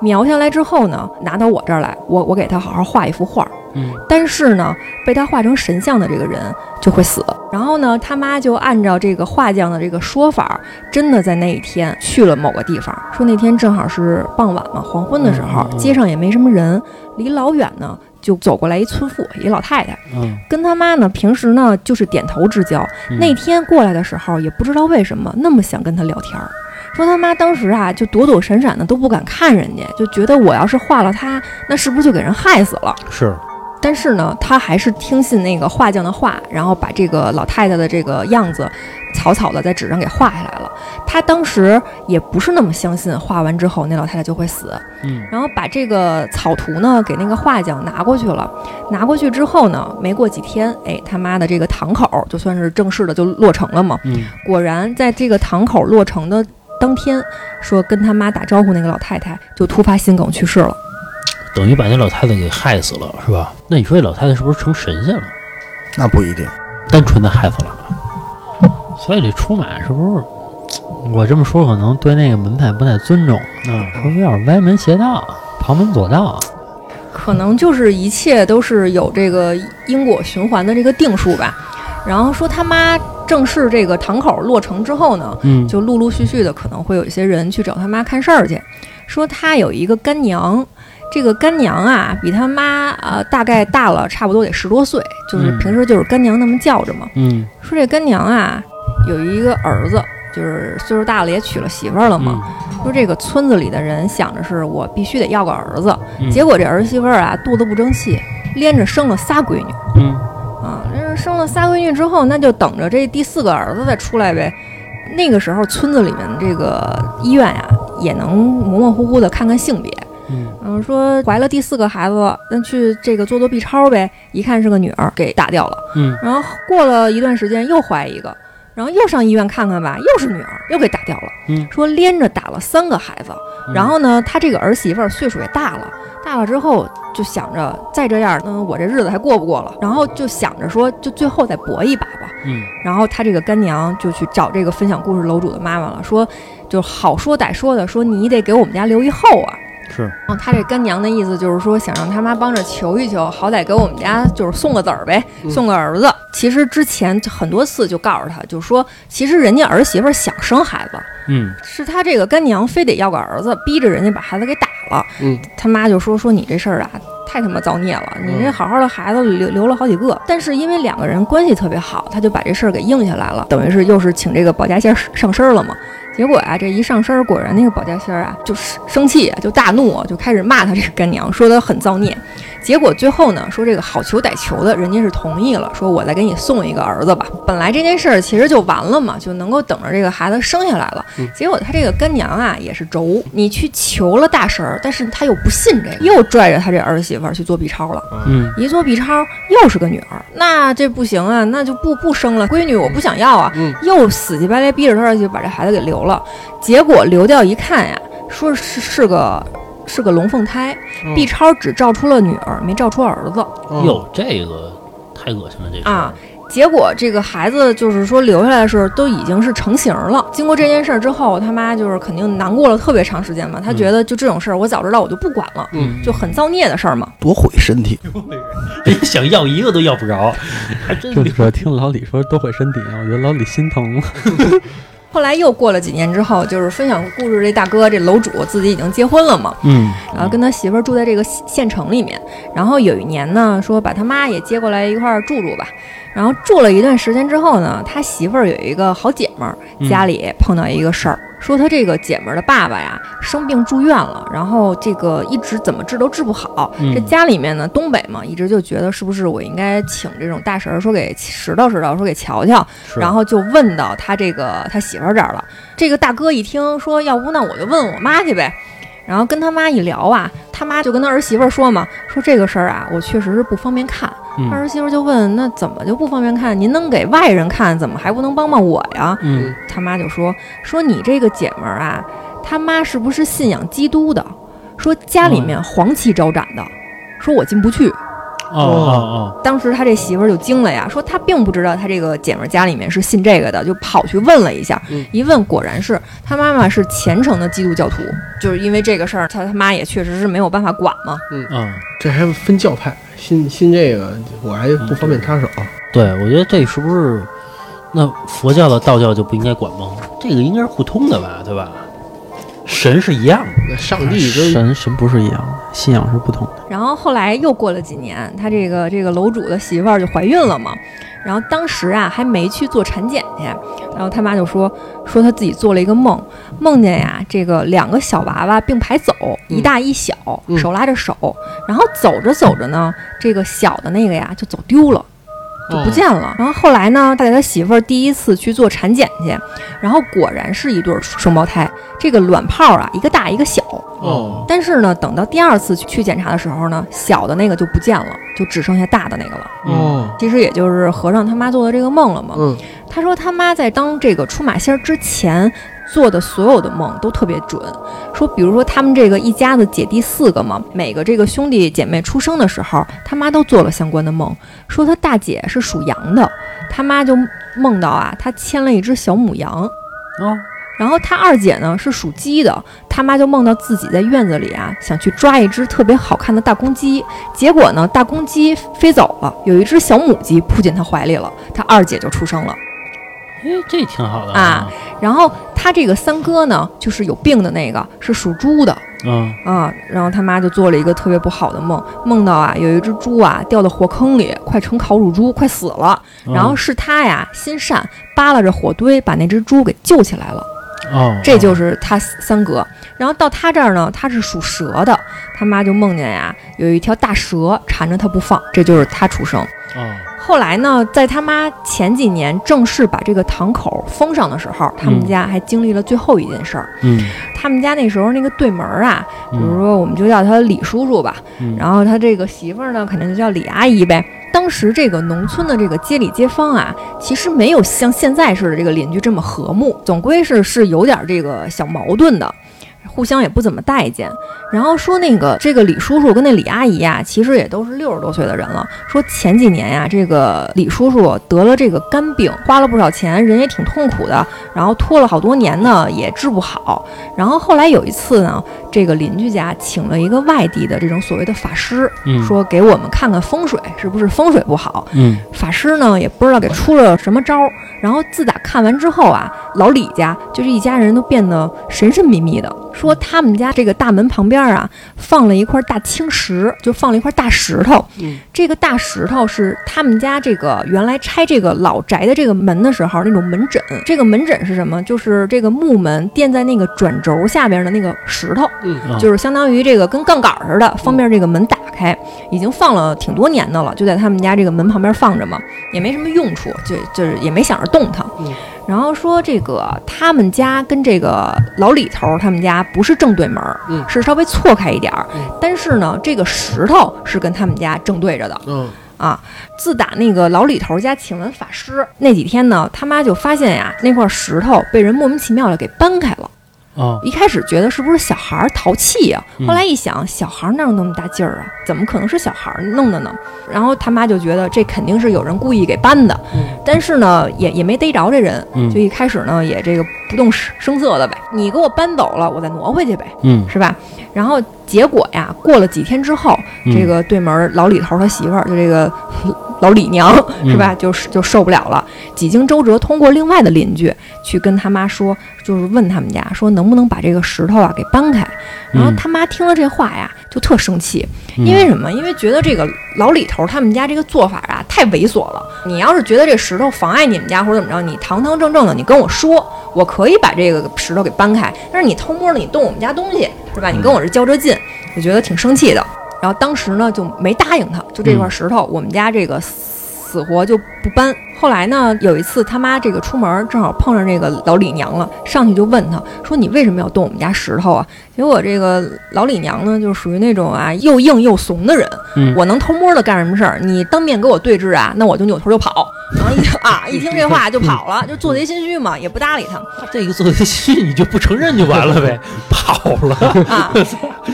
Speaker 4: 描下来之后呢，拿到我这儿来，我我给他好好画一幅画儿。
Speaker 1: 嗯
Speaker 4: 但是呢，被他画成神像的这个人就会死。然后呢，他妈就按照这个画匠的这个说法儿，真的在那一天去了某个地方。说那天正好是傍晚嘛，黄昏的时候
Speaker 1: 嗯嗯，嗯
Speaker 4: 街上也没什么人，离老远呢就走过来一村妇，一老太太，
Speaker 1: 嗯，
Speaker 4: 跟他妈呢平时呢就是点头之交，那天过来的时候，也不知道为什么那么想跟他聊天儿，说他妈当时啊就躲躲闪闪的，都不敢看人家，就觉得我要是画了他，那是不是就给人害死了？
Speaker 1: 是
Speaker 4: 但是呢，他还是听信那个画匠的话，然后把这个老太太的这个样子，草草的在纸上给画下来了。他当时也不是那么相信，画完之后那老太太就会死，
Speaker 1: 嗯
Speaker 4: 然后把这个草图呢给那个画匠拿过去了，拿过去之后呢，没过几天，哎，他妈的这个堂口就算是正式的就落成了嘛。
Speaker 1: 嗯
Speaker 4: 果然，在这个堂口落成的当天，说跟他妈打招呼那个老太太就突发心梗去世了。
Speaker 1: 等于把那老太太给害死了，是吧？那你说这老太太是不是成神仙了？
Speaker 5: 那不一定。
Speaker 1: 单纯的害死了，
Speaker 3: 所以这出马是不是？我这么说可能对那个门派不太尊重，
Speaker 1: 嗯
Speaker 3: 是不是有点歪门邪道啊？旁门左道啊。
Speaker 4: 可能就是一切都是有这个因果循环的这个定数吧。然后说他妈正式这个堂口落成之后呢，
Speaker 1: 嗯，
Speaker 4: 就陆陆续续的可能会有一些人去找他妈看事儿去，说他有一个干娘，这个干娘啊比他妈呃大概大了差不多得十多岁，就是
Speaker 1: 嗯
Speaker 4: 平时就是干娘那么叫着嘛。
Speaker 1: 嗯
Speaker 4: 说这干娘啊有一个儿子，就是岁数大了也娶了媳妇儿了嘛。
Speaker 1: 嗯
Speaker 4: 说这个村子里的人想着是我必须得要个儿子，
Speaker 1: 嗯
Speaker 4: 结果这儿媳妇儿啊肚子不争气，连着生了仨闺女
Speaker 1: 嗯
Speaker 4: 啊。这生了仨闺女之后，那就等着这第四个儿子再出来呗。那个时候村子里面这个医院呀、也能模模糊糊的看看性别。
Speaker 1: 嗯
Speaker 4: 嗯，说怀了第四个孩子了，那去这个做做 B 超呗，一看是个女儿，给打掉了。
Speaker 1: 嗯，
Speaker 4: 然后过了一段时间又怀一个，然后又上医院看看吧，又是女儿，又给打掉了。
Speaker 1: 嗯，
Speaker 4: 说连着打了三个孩子，然后呢，他这个儿媳妇儿岁数也大了，大了之后就想着再这样，嗯，我这日子还过不过了？然后就想着说，就最后再搏一把吧。
Speaker 1: 嗯
Speaker 4: 然后他这个干娘就去找这个分享故事楼主的妈妈了，说就好说歹说的，说你得给我们家留一后啊。
Speaker 1: 是，
Speaker 4: 然后他这干娘的意思就是说，想让他妈帮着求一求，好歹给我们家就是送个子儿呗，
Speaker 2: 嗯
Speaker 4: 送个儿子。其实之前就很多次就告诉他，就说其实人家儿媳妇儿想生孩子，
Speaker 1: 嗯
Speaker 4: 是他这个干娘非得要个儿子，逼着人家把孩子给打了。
Speaker 2: 嗯，
Speaker 4: 他妈就说说你这事儿啊，太他妈造孽了，你这好好的孩子留留了好几个，但是因为两个人关系特别好，他就把这事儿给应下来了，等于是又是请这个保家仙儿上身儿了嘛。结果啊，这一上身儿，果然那个保家仙儿啊，就是生气啊，就大怒啊，就开始骂他这个干娘，说他很造孽。结果最后呢，说这个好求歹求的，人家是同意了，说我再给你送一个儿子吧。本来这件事儿其实就完了嘛，就能够等着这个孩子生下来了。结果他这个干娘啊也是轴，你去求了大神儿，但是他又不信这个，又拽着他这儿媳妇儿去做 B 超了。
Speaker 1: 嗯
Speaker 4: 一做 B 超又是个女儿，那这不行啊，那就不不生了，闺女我不想要啊，
Speaker 2: 嗯
Speaker 4: 又死乞白赖逼着他儿媳妇把这孩子给留了，结果留掉一看呀，说是是个是个龙凤胎、
Speaker 2: 嗯
Speaker 4: b 超只照出了女儿，没照出儿子
Speaker 2: 哦
Speaker 1: 嗯哟，这个太恶心了，这个
Speaker 4: 啊。结果这个孩子就是说留下来的时候都已经是成型了。经过这件事儿之后，他妈就是肯定难过了特别长时间嘛。他觉得就这种事儿，我早知道我就不管了，
Speaker 2: 嗯
Speaker 4: 就很造孽的事儿嘛。
Speaker 5: 多毁身体。
Speaker 1: 人家想要一个都要不着，还真
Speaker 3: 这
Speaker 1: 是
Speaker 3: 主要听老李说多毁身体，我觉得老李心疼了。
Speaker 4: 后来又过了几年之后，就是分享故事这大哥这楼主自己已经结婚了嘛，
Speaker 1: 嗯
Speaker 4: 然后跟他媳妇儿住在这个县县城里面。然后有一年呢，说把他妈也接过来一块儿住住吧。然后住了一段时间之后呢，他媳妇儿有一个好姐们儿，家里碰到一个事儿，说他这个姐们儿的爸爸呀生病住院了，然后这个一直怎么治都治不好。
Speaker 1: 嗯
Speaker 4: 这家里面呢，东北嘛，一直就觉得是不是我应该请这种大神儿说给拾掇拾掇，说给瞧瞧。
Speaker 1: 是
Speaker 4: 然后就问到他这个他媳妇儿这儿了。这个大哥一听说，要不那我就问我妈去呗。然后跟他妈一聊啊，他妈就跟他儿媳妇儿说嘛，说这个事儿啊，我确实是不方便看。
Speaker 1: 嗯
Speaker 4: 他儿媳妇儿就问，那怎么就不方便看？您能给外人看，怎么还不能帮帮我呀？
Speaker 1: 嗯
Speaker 4: 他妈就说，说你这个姐们儿啊，他妈是不是信仰基督的？说家里
Speaker 1: 嗯
Speaker 4: 面黄旗招展的，说我进不去。
Speaker 1: 哦哦
Speaker 4: 当时他这媳妇儿就惊了呀，说他并不知道他这个姐们儿家里面是信这个的，就跑去问了一下，
Speaker 2: 嗯
Speaker 4: 一问果然是他妈妈是虔诚的基督教徒，就是因为这个事儿，他他妈也确实是没有办法管嘛。
Speaker 1: 哦嗯。
Speaker 2: 这还分教派，信信这个我还不方便插手。
Speaker 1: 对，我觉得这是不是那佛教的道教就不应该管吗？这个应该是互通的吧，对吧？神哦是一样的，
Speaker 2: 那上帝
Speaker 1: 嗯
Speaker 2: 跟
Speaker 3: 神神不是一样的，信仰是不同的。
Speaker 4: 然后后来又过了几年，他这个这个楼主的媳妇儿就怀孕了嘛，然后当时啊还没去做产检去，然后他妈就说说他自己做了一个梦，梦见呀这个两个小娃娃并排走，
Speaker 2: 嗯
Speaker 4: 一大一小，
Speaker 2: 嗯
Speaker 4: 手拉着手，然后走着走着呢，这个小的那个呀就走丢了。
Speaker 2: 哦
Speaker 4: 就不见了。然后后来呢，他给他媳妇儿第一次去做产检去，然后果然是一对儿双胞胎，这个卵泡啊，一个大一个小。
Speaker 2: 哦
Speaker 4: 但是呢，等到第二次去去检查的时候呢，小的那个就不见了，就只剩下大的那个了。
Speaker 2: 哦
Speaker 4: 其实也就是和尚他妈做的这个梦了嘛。
Speaker 2: 嗯
Speaker 4: 他说他妈在当这个出马仙儿之前做的所有的梦都特别准，说比如说他们这个一家子姐弟四个嘛，每个这个兄弟姐妹出生的时候，他妈都做了相关的梦，说他大姐是属羊的，他妈就梦到啊，她牵了一只小母羊。
Speaker 1: 哦，
Speaker 4: 然后他二姐呢是属鸡的，他妈就梦到自己在院子里啊，想去抓一只特别好看的大公鸡，结果呢，大公鸡飞走了，有一只小母鸡扑进他怀里了，他二姐就出生了。
Speaker 1: 哎，这挺好的
Speaker 4: 啊，然后他这个三哥呢，就是有病的那个，是属猪的，
Speaker 1: 嗯，
Speaker 4: 啊，然后他妈就做了一个特别不好的梦，梦到啊有一只猪啊掉到火坑里，快成烤乳猪，快死了。
Speaker 1: 嗯
Speaker 4: 然后是他呀心善，扒拉着火堆把那只猪给救起来了。
Speaker 1: 哦，
Speaker 4: 这就是他三哥。然后到他这儿呢，他是属蛇的，他妈就梦见呀有一条大蛇缠着他不放，这就是他出生。
Speaker 1: 哦，
Speaker 4: 后来呢，在他妈前几年正式把这个堂口封上的时候，他们
Speaker 1: 嗯
Speaker 4: 家还经历了最后一件事儿。
Speaker 1: 嗯，
Speaker 4: 他们家那时候那个对门儿啊，比如
Speaker 1: 嗯
Speaker 4: 说我们就叫他李叔叔吧，
Speaker 1: 嗯
Speaker 4: 然后他这个媳妇儿呢，肯定就叫李阿姨呗。当时这个农村的这个街里街坊啊，其实没有像现在似的这个邻居这么和睦，总归是是有点这个小矛盾的，互相也不怎么待见。然后说那个这个李叔叔跟那李阿姨啊，其实也都是六十多岁的人了。说前几年呀、这个李叔叔得了这个肝病，花了不少钱，人也挺痛苦的，然后拖了好多年呢，也治不好。然后后来有一次呢，这个邻居家请了一个外地的这种所谓的法师，
Speaker 1: 嗯
Speaker 4: 说给我们看看风水是不是风水不好。
Speaker 1: 嗯
Speaker 4: 法师呢也不知道给出了什么招儿，然后自打看完之后啊，老李家就是一家人都变得神神秘秘的，说他们家这个大门旁边啊放了一块大青石，就放了一块大石头，
Speaker 2: 嗯
Speaker 4: 这个大石头是他们家这个原来拆这个老宅的这个门的时候那种门枕，这个门枕是什么？就是这个木门垫在那个转轴下边的那个石头。
Speaker 2: 嗯
Speaker 1: 啊
Speaker 4: 就是相当于这个跟杠杆儿似的，方便这个门打开，已经放了挺多年的了，就在他们家这个门旁边放着嘛，也没什么用处，就就是也没想着动它
Speaker 2: 嗯。
Speaker 4: 然后说这个他们家跟这个老李头儿他们家不是正对门儿
Speaker 2: 嗯，
Speaker 4: 是稍微错开一点儿
Speaker 2: 嗯，
Speaker 4: 但是呢，这个石头是跟他们家正对着的。
Speaker 2: 嗯
Speaker 4: 啊，自打那个老李头家请完法师那几天呢，他妈就发现呀，那块石头被人莫名其妙的给搬开了。
Speaker 1: 哦，
Speaker 4: 一开始觉得是不是小孩儿淘气呀、
Speaker 1: 嗯
Speaker 4: 后来一想，小孩儿哪有那么大劲儿啊？怎么可能是小孩儿弄的呢？然后他妈就觉得这肯定是有人故意给搬的，
Speaker 2: 嗯
Speaker 4: 但是呢，也也没逮着这人，
Speaker 1: 嗯
Speaker 4: 就一开始呢也这个不动声色的呗，你给我搬走了，我再挪回去呗，
Speaker 1: 嗯，
Speaker 4: 是吧？然后结果呀，过了几天之后，
Speaker 1: 嗯
Speaker 4: 这个对门儿老李头儿他媳妇儿，就这个 老李娘
Speaker 1: 嗯
Speaker 4: 是吧，就是就受不了了。几经周折，通过另外的邻居去跟他妈说，就是问他们家说能不能把这个石头啊给搬开。然后
Speaker 1: 嗯
Speaker 4: 他妈听了这话呀，就特生气，因为什么？因为觉得这个老李头儿他们家这个做法啊太猥琐了。你要是觉得这石头妨碍你们家或者怎么着，你堂堂正正的你跟我说，我可以把这个石头给搬开。但是你偷摸的你动我们家东西是吧？你跟我这较这劲，我觉得挺生气的。然后当时呢就没答应他，就这块石头，我们家这个死活就不搬。后来呢，有一次他妈这个出门，正好碰上这个老李娘了，上去就问他说：“你为什么要动我们家石头啊？”结果这个老李娘呢，就属于那种啊又硬又怂的人，
Speaker 1: 嗯
Speaker 4: 我能偷摸的干什么事儿？你当面跟我对峙啊，那我就扭头就跑。然后一听啊，一听这话就跑了，就做贼心虚嘛，也不搭理他
Speaker 1: 这个做戏你就不承认就完了 呗，跑了，
Speaker 4: 啊。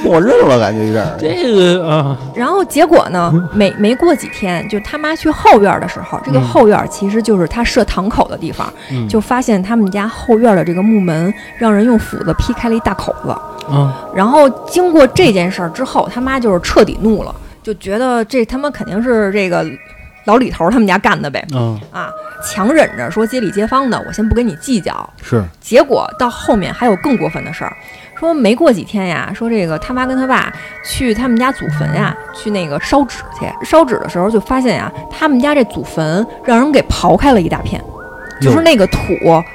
Speaker 5: 我认了，感觉有点儿。
Speaker 1: 这个啊，
Speaker 4: 然后结果呢，没没过几天，就他妈去后院的时候，这个
Speaker 1: 嗯
Speaker 4: 后院其实就是他设堂口的地方，
Speaker 1: 嗯
Speaker 4: 就发现他们家后院的这个木门让人用斧子劈开了一大口子。
Speaker 1: 啊，
Speaker 4: 然后经过这件事儿之后，他妈就是彻底怒了，就觉得这他妈肯定是这个老李头儿他们家干的呗
Speaker 1: 嗯，
Speaker 4: 啊，强忍着说街里街坊的，我先不跟你计较。
Speaker 1: 是，
Speaker 4: 结果到后面还有更过分的事儿，说没过几天呀，说这个他妈跟他爸去他们家祖坟呀，去那个烧纸去。烧纸的时候就发现呀，他们家这祖坟让人给刨开了一大片，就是那个土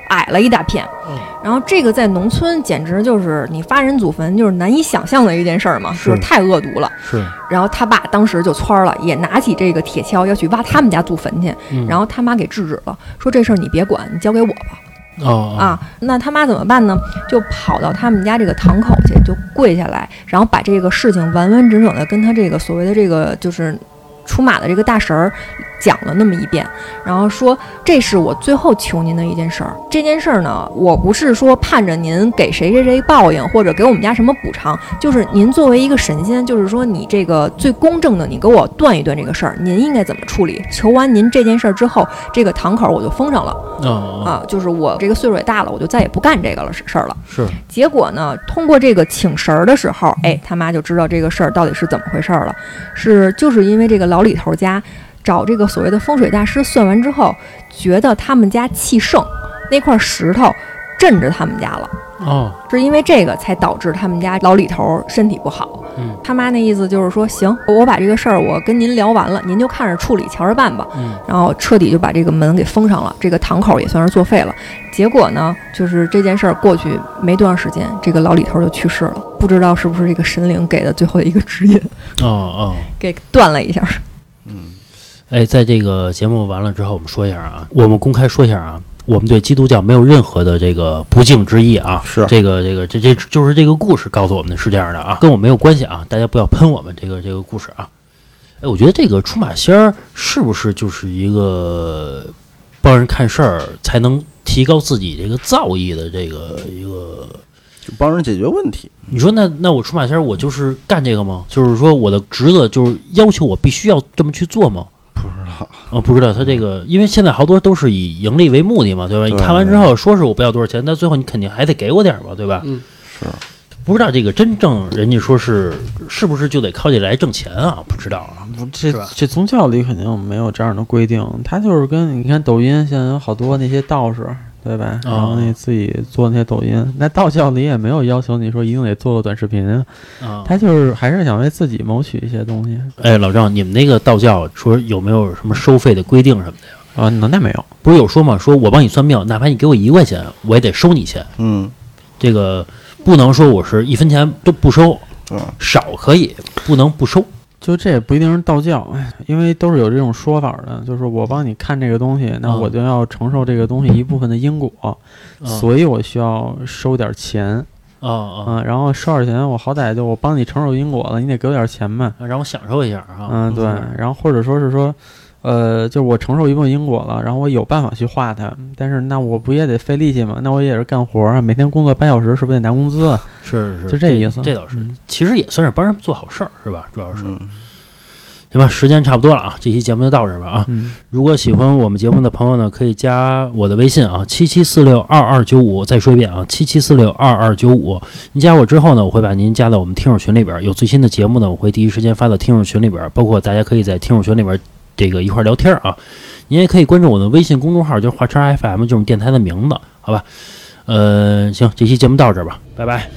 Speaker 4: 矮了一大片
Speaker 1: 嗯。
Speaker 4: 然后这个在农村简直就是你发人祖坟就是难以想象的一件事儿嘛，就是
Speaker 1: 是
Speaker 4: 太恶毒了。
Speaker 1: 是，
Speaker 4: 然后他爸当时就窜儿了，也拿起这个铁锹要去挖他们家祖坟去，
Speaker 1: 嗯
Speaker 4: 然后他妈给制止了，说这事儿你别管，你交给我吧。
Speaker 1: 哦，
Speaker 4: 啊，那他妈怎么办呢？就跑到他们家这个堂口去，就跪下来，然后把这个事情完完整整的跟他这个所谓的这个就是出马的这个大神儿讲了那么一遍，然后说这是我最后求您的一件事儿。这件事儿呢，我不是说盼着您给谁谁谁报应，或者给我们家什么补偿，就是您作为一个神仙，就是说你这个最公正的，你给我断一断这个事儿，您应该怎么处理？求完您这件事儿之后，这个堂口我就封上了
Speaker 1: 啊，
Speaker 4: 啊，就是我这个岁数也大了，我就再也不干这个了事儿了。
Speaker 1: 是
Speaker 4: 结果呢，通过这个请神儿的时候，哎，他妈就知道这个事儿到底是怎么回事儿了。是就是因为这个老李头家找这个所谓的风水大师算完之后，觉得他们家气盛，那块石头镇着他们家了。
Speaker 1: 哦，
Speaker 4: 是因为这个才导致他们家老李头身体不好。
Speaker 1: 嗯
Speaker 4: 他妈那意思就是说，行，我把这个事儿我跟您聊完了，您就看着处理，瞧着办吧。
Speaker 1: 嗯
Speaker 4: 然后彻底就把这个门给封上了，这个堂口也算是作废了。结果呢，就是这件事儿过去没多长时间，这个老李头就去世了，不知道是不是这个神灵给的最后一个指引，
Speaker 1: 哦哦。
Speaker 4: 给断了一下。
Speaker 5: 嗯，
Speaker 1: 哎，在这个节目完了之后，我们说一下啊，我们公开说一下啊，我们对基督教没有任何的这个不敬之意啊。
Speaker 5: 是
Speaker 1: 这个这个这这就是这个故事告诉我们的是这样的啊，跟我没有关系啊，大家不要喷我们这个这个故事啊。哎，我觉得这个出马仙儿是不是就是一个帮人看事儿才能提高自己这个造诣的这个一个？
Speaker 5: 就帮人解决问题。
Speaker 1: 你说那那我出马仙儿，我就是干这个吗？就是说我的职责就是要求我必须要这么去做吗？
Speaker 5: 不知道，嗯
Speaker 1: 哦，不知道他这个，因为现在好多都是以盈利为目的嘛，对吧？你
Speaker 5: 对
Speaker 1: 看完之后说是我不要多少钱，但最后你肯定还得给我点儿吧，对吧？
Speaker 2: 嗯，
Speaker 5: 是。
Speaker 1: 不知道这个真正人家说是是不是就得靠这来挣钱啊？不知道啊。
Speaker 3: 不这
Speaker 1: 是吧
Speaker 3: 这宗教里肯定没有这样的规定，他就是跟你看抖音现在有好多那些道士，对吧？然后那自己做那些抖音，那道教里也没有要求你说一定得做个短视频啊，
Speaker 1: 啊，
Speaker 3: 他就是还是想为自己谋取一些东西
Speaker 1: 哎，老张，你们那个道教说有没有什么收费的规定什么的呀？
Speaker 3: 啊。那那没有，
Speaker 1: 不是有说嘛，说我帮你算命，哪怕你给我一块钱，我也得收你钱。
Speaker 5: 嗯，
Speaker 1: 这个不能说我是一分钱都不收，
Speaker 5: 对，
Speaker 3: 嗯
Speaker 1: 少可以，不能不收。
Speaker 3: 就这也不一定是道教，哎因为都是有这种说法的，就是我帮你看这个东西，那
Speaker 1: 嗯
Speaker 3: 我就要承受这个东西一部分的因果，
Speaker 1: 啊
Speaker 3: 所以我需要收点钱，
Speaker 1: 啊啊，
Speaker 3: 嗯，然后收点钱，我好歹就我帮你承受因果了，你得给我点钱呗。
Speaker 1: 让我享受一下啊。
Speaker 3: 嗯，对，然后或者说是说，呃，就是我承受一部分因果了，然后我有办法去化它，但是那我不也得费力气嘛？那我也是干活儿啊，每天工作八小时，是不是得拿工资啊？
Speaker 1: 嗯是是，
Speaker 3: 就这意思
Speaker 1: 这倒是
Speaker 3: 嗯，
Speaker 1: 其实也算是帮人做好事儿，是吧？主要是，
Speaker 5: 嗯，
Speaker 1: 行吧，时间差不多了啊，这期节目就到这儿吧啊。
Speaker 3: 嗯，
Speaker 1: 如果喜欢我们节目的朋友呢，可以加我的微信啊，七七四六二二九五。再说一遍啊，七七四六二二九五。您加我之后呢，我会把您加到我们听友群里边儿，有最新的节目呢，我会第一时间发到听友群里边儿，包括大家可以在听友群里边儿这个一块儿聊天儿啊。您也可以关注我的微信公众号，叫华车 FM，就是我们电台的名字，好吧？呃，行，这期节目到这儿吧，拜拜。